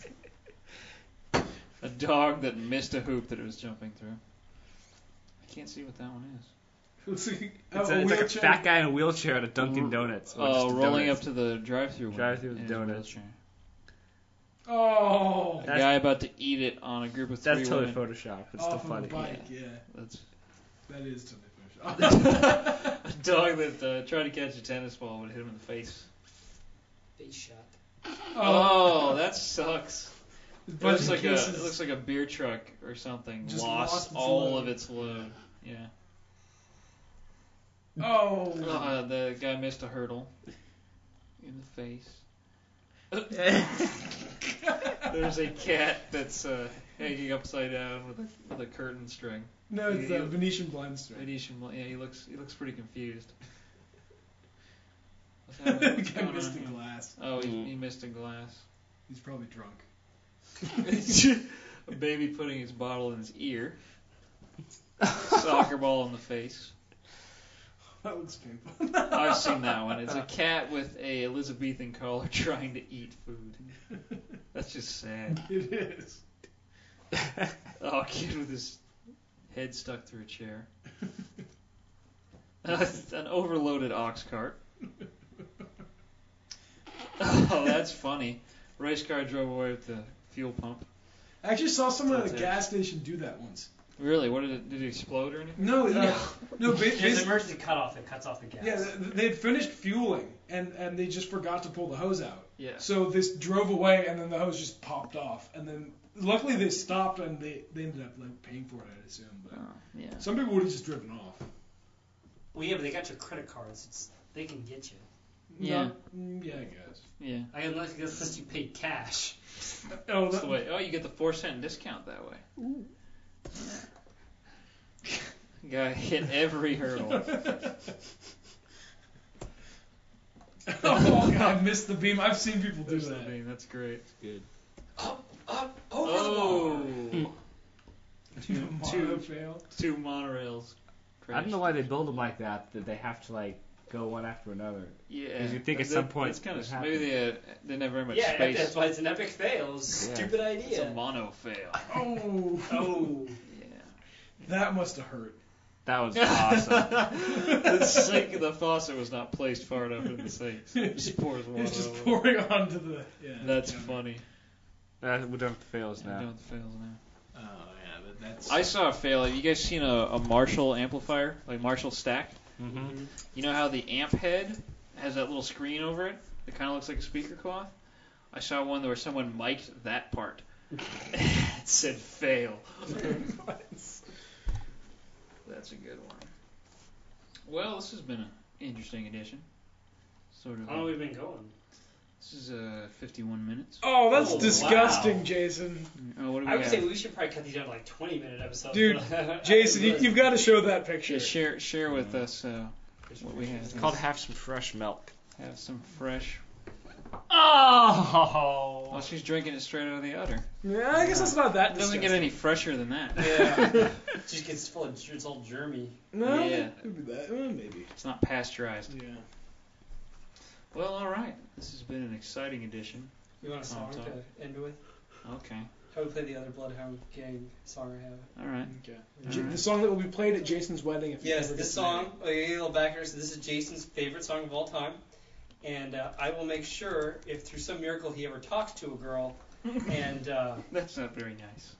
a dog that missed a hoop that it was jumping through. I can't see what that one is. It's, oh, It's, a, it's like a fat guy in a Oh, wheelchair at a Dunkin' Mm. Donuts. or Oh, just a rolling donut. up to the drive-through. Drive-thru with window in donut. his wheelchair. Oh. A That's- guy about to eat it on a group of three That's totally women. Photoshop. It's still funny. yeah. That's That is totally [laughs] [laughs] Oh. a dog that uh, tried to catch a tennis ball would hit him in the face. Face shot. Oh, that sucks. It Bunch looks of like a cases. it looks like a beer truck or something Just lost, lost its all load. of its load. Yeah. Oh. Uh, the guy missed a hurdle in the face. There's a cat that's uh, hanging upside down with a with a curtain string. No, it's Yeah. the Venetian blind string. Venetian, bl- yeah, he looks he looks pretty [laughs] confused. What's happening? What's Guy going missed on the here? glass. Oh, he, he missed a glass. [laughs] [laughs] He's probably drunk. a baby putting his bottle in his ear. Soccer ball in the face. That looks painful. I've seen that one. It's a cat with a Elizabethan collar [laughs] trying to eat [laughs] food. That's just sad. [laughs] It is. Oh, a kid with his head stuck through a chair. [laughs] An overloaded ox cart. [laughs] Oh, that's funny. Race car drove away with the fuel pump. I actually saw someone That's at a it. gas station do that once. Really? What did it? Did it explode or anything? No, uh, no, no. ba- There's an basi- emergency cutoff that cuts off the gas. yeah, th- they had finished fueling and and they just forgot to pull the hose out. Yeah. So this drove away and then the hose just popped off and then luckily they stopped and they they ended up like paying for it I assume. Oh, But yeah. some people would have just driven off. Well, yeah, but they got your credit cards. It's, they can get you. Yeah. No, mm, yeah, I guess. Yeah. I unless unless you pay cash. Oh, that's the way. Oh, you get the four cent discount that way. Gotta hit every [laughs] hurdle. oh, God, I missed the beam. I've seen people do There's that that. beam. That's great. Up, up, over Oh, Two, two- fail. two monorails. I don't know why they build them like that. That they have to like go one after another. Yeah. 'Cause you'd think at some point It's kind it of happened. maybe they uh, they never had much Yeah, space. that's why it's an epic fail. It's a Yeah. Stupid It's a idea. mono fail. Oh, Oh, Yeah. that must have hurt. That [laughs] was awesome. [laughs] the sink, the faucet was not placed far enough in the sink. It just pours water. It's just all over. pouring onto the. Yeah. That's yeah. funny. that, we don't have fails I, now. don't fail now. Oh yeah, that, that's. I saw a fail. Have you guys seen a, a Marshall amplifier, like Marshall stack? Mm-hmm. You know how the amp head has that little screen over it that kind of looks like a speaker cloth? I saw one where someone mic'd that part. [laughs] it said fail. That's a good one. Well, this has been an interesting edition. Sort of. how long have we been going? This is uh, 51 minutes. [laughs] Oh, that's Oh, disgusting, wow. Jason. Oh, what do we I would have? say we should probably cut these down to like 20 minute episodes. [laughs] Dude, Jason, you, you've got to show that picture. Yeah, share share with us uh, what we have. It's called have some fresh milk. Have some fresh. Oh. Well, she's drinking it straight out of the udder. Yeah, I guess that's not that. It doesn't get disgusting. any fresher than that. Yeah. Just gets full of it's all germy. [laughs] No, Yeah. it could be that. Uh, maybe. It's not pasteurized. Yeah. Well, all right. This has been an exciting edition. You want a song Tom. to end with? Okay. How we play the other Bloodhound Gang song I have. All right. Okay. All J- right. The song that will be played at Jason's wedding. If he Mm-hmm. Yes, ever this gets married. song, oh, I'll give you a little background. So this is Jason's favorite song of all time, and uh, I will make sure if through some miracle he ever talks to a [laughs] girl, and uh, That's not very nice.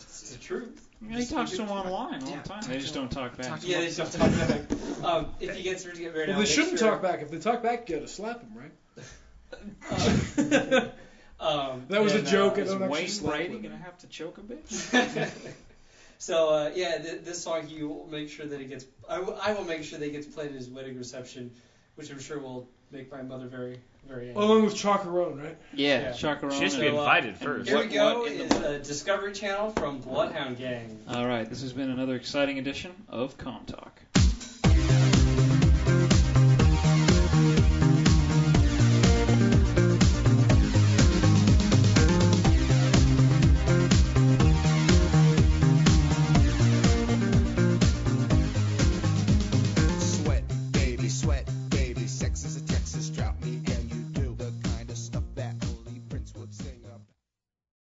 it's the truth. They talk to them online all Yeah. the time. They just don't talk back. Yeah, they just talk back. Um, if he gets her to get married, Well, I'll they make shouldn't sure, talk back. If they talk back, you got to slap them, right? [laughs] Uh, [laughs] um, That was a and, uh, joke. I Is don't actually Wayne slap Brady women. gonna have to choke a bitch? [laughs] so uh, yeah, th- this song he will make sure that it gets. I will- I will make sure that it gets played at his wedding reception, which I'm sure will make my mother very very angry. Along with Chocorone, right? Yeah, Yeah. Chacarone. She has to be So, uh, invited and first. Here What- we go. what in the Is uh, Discovery Channel from Bloodhound Gang. All right. This has been another exciting edition of Com Talk.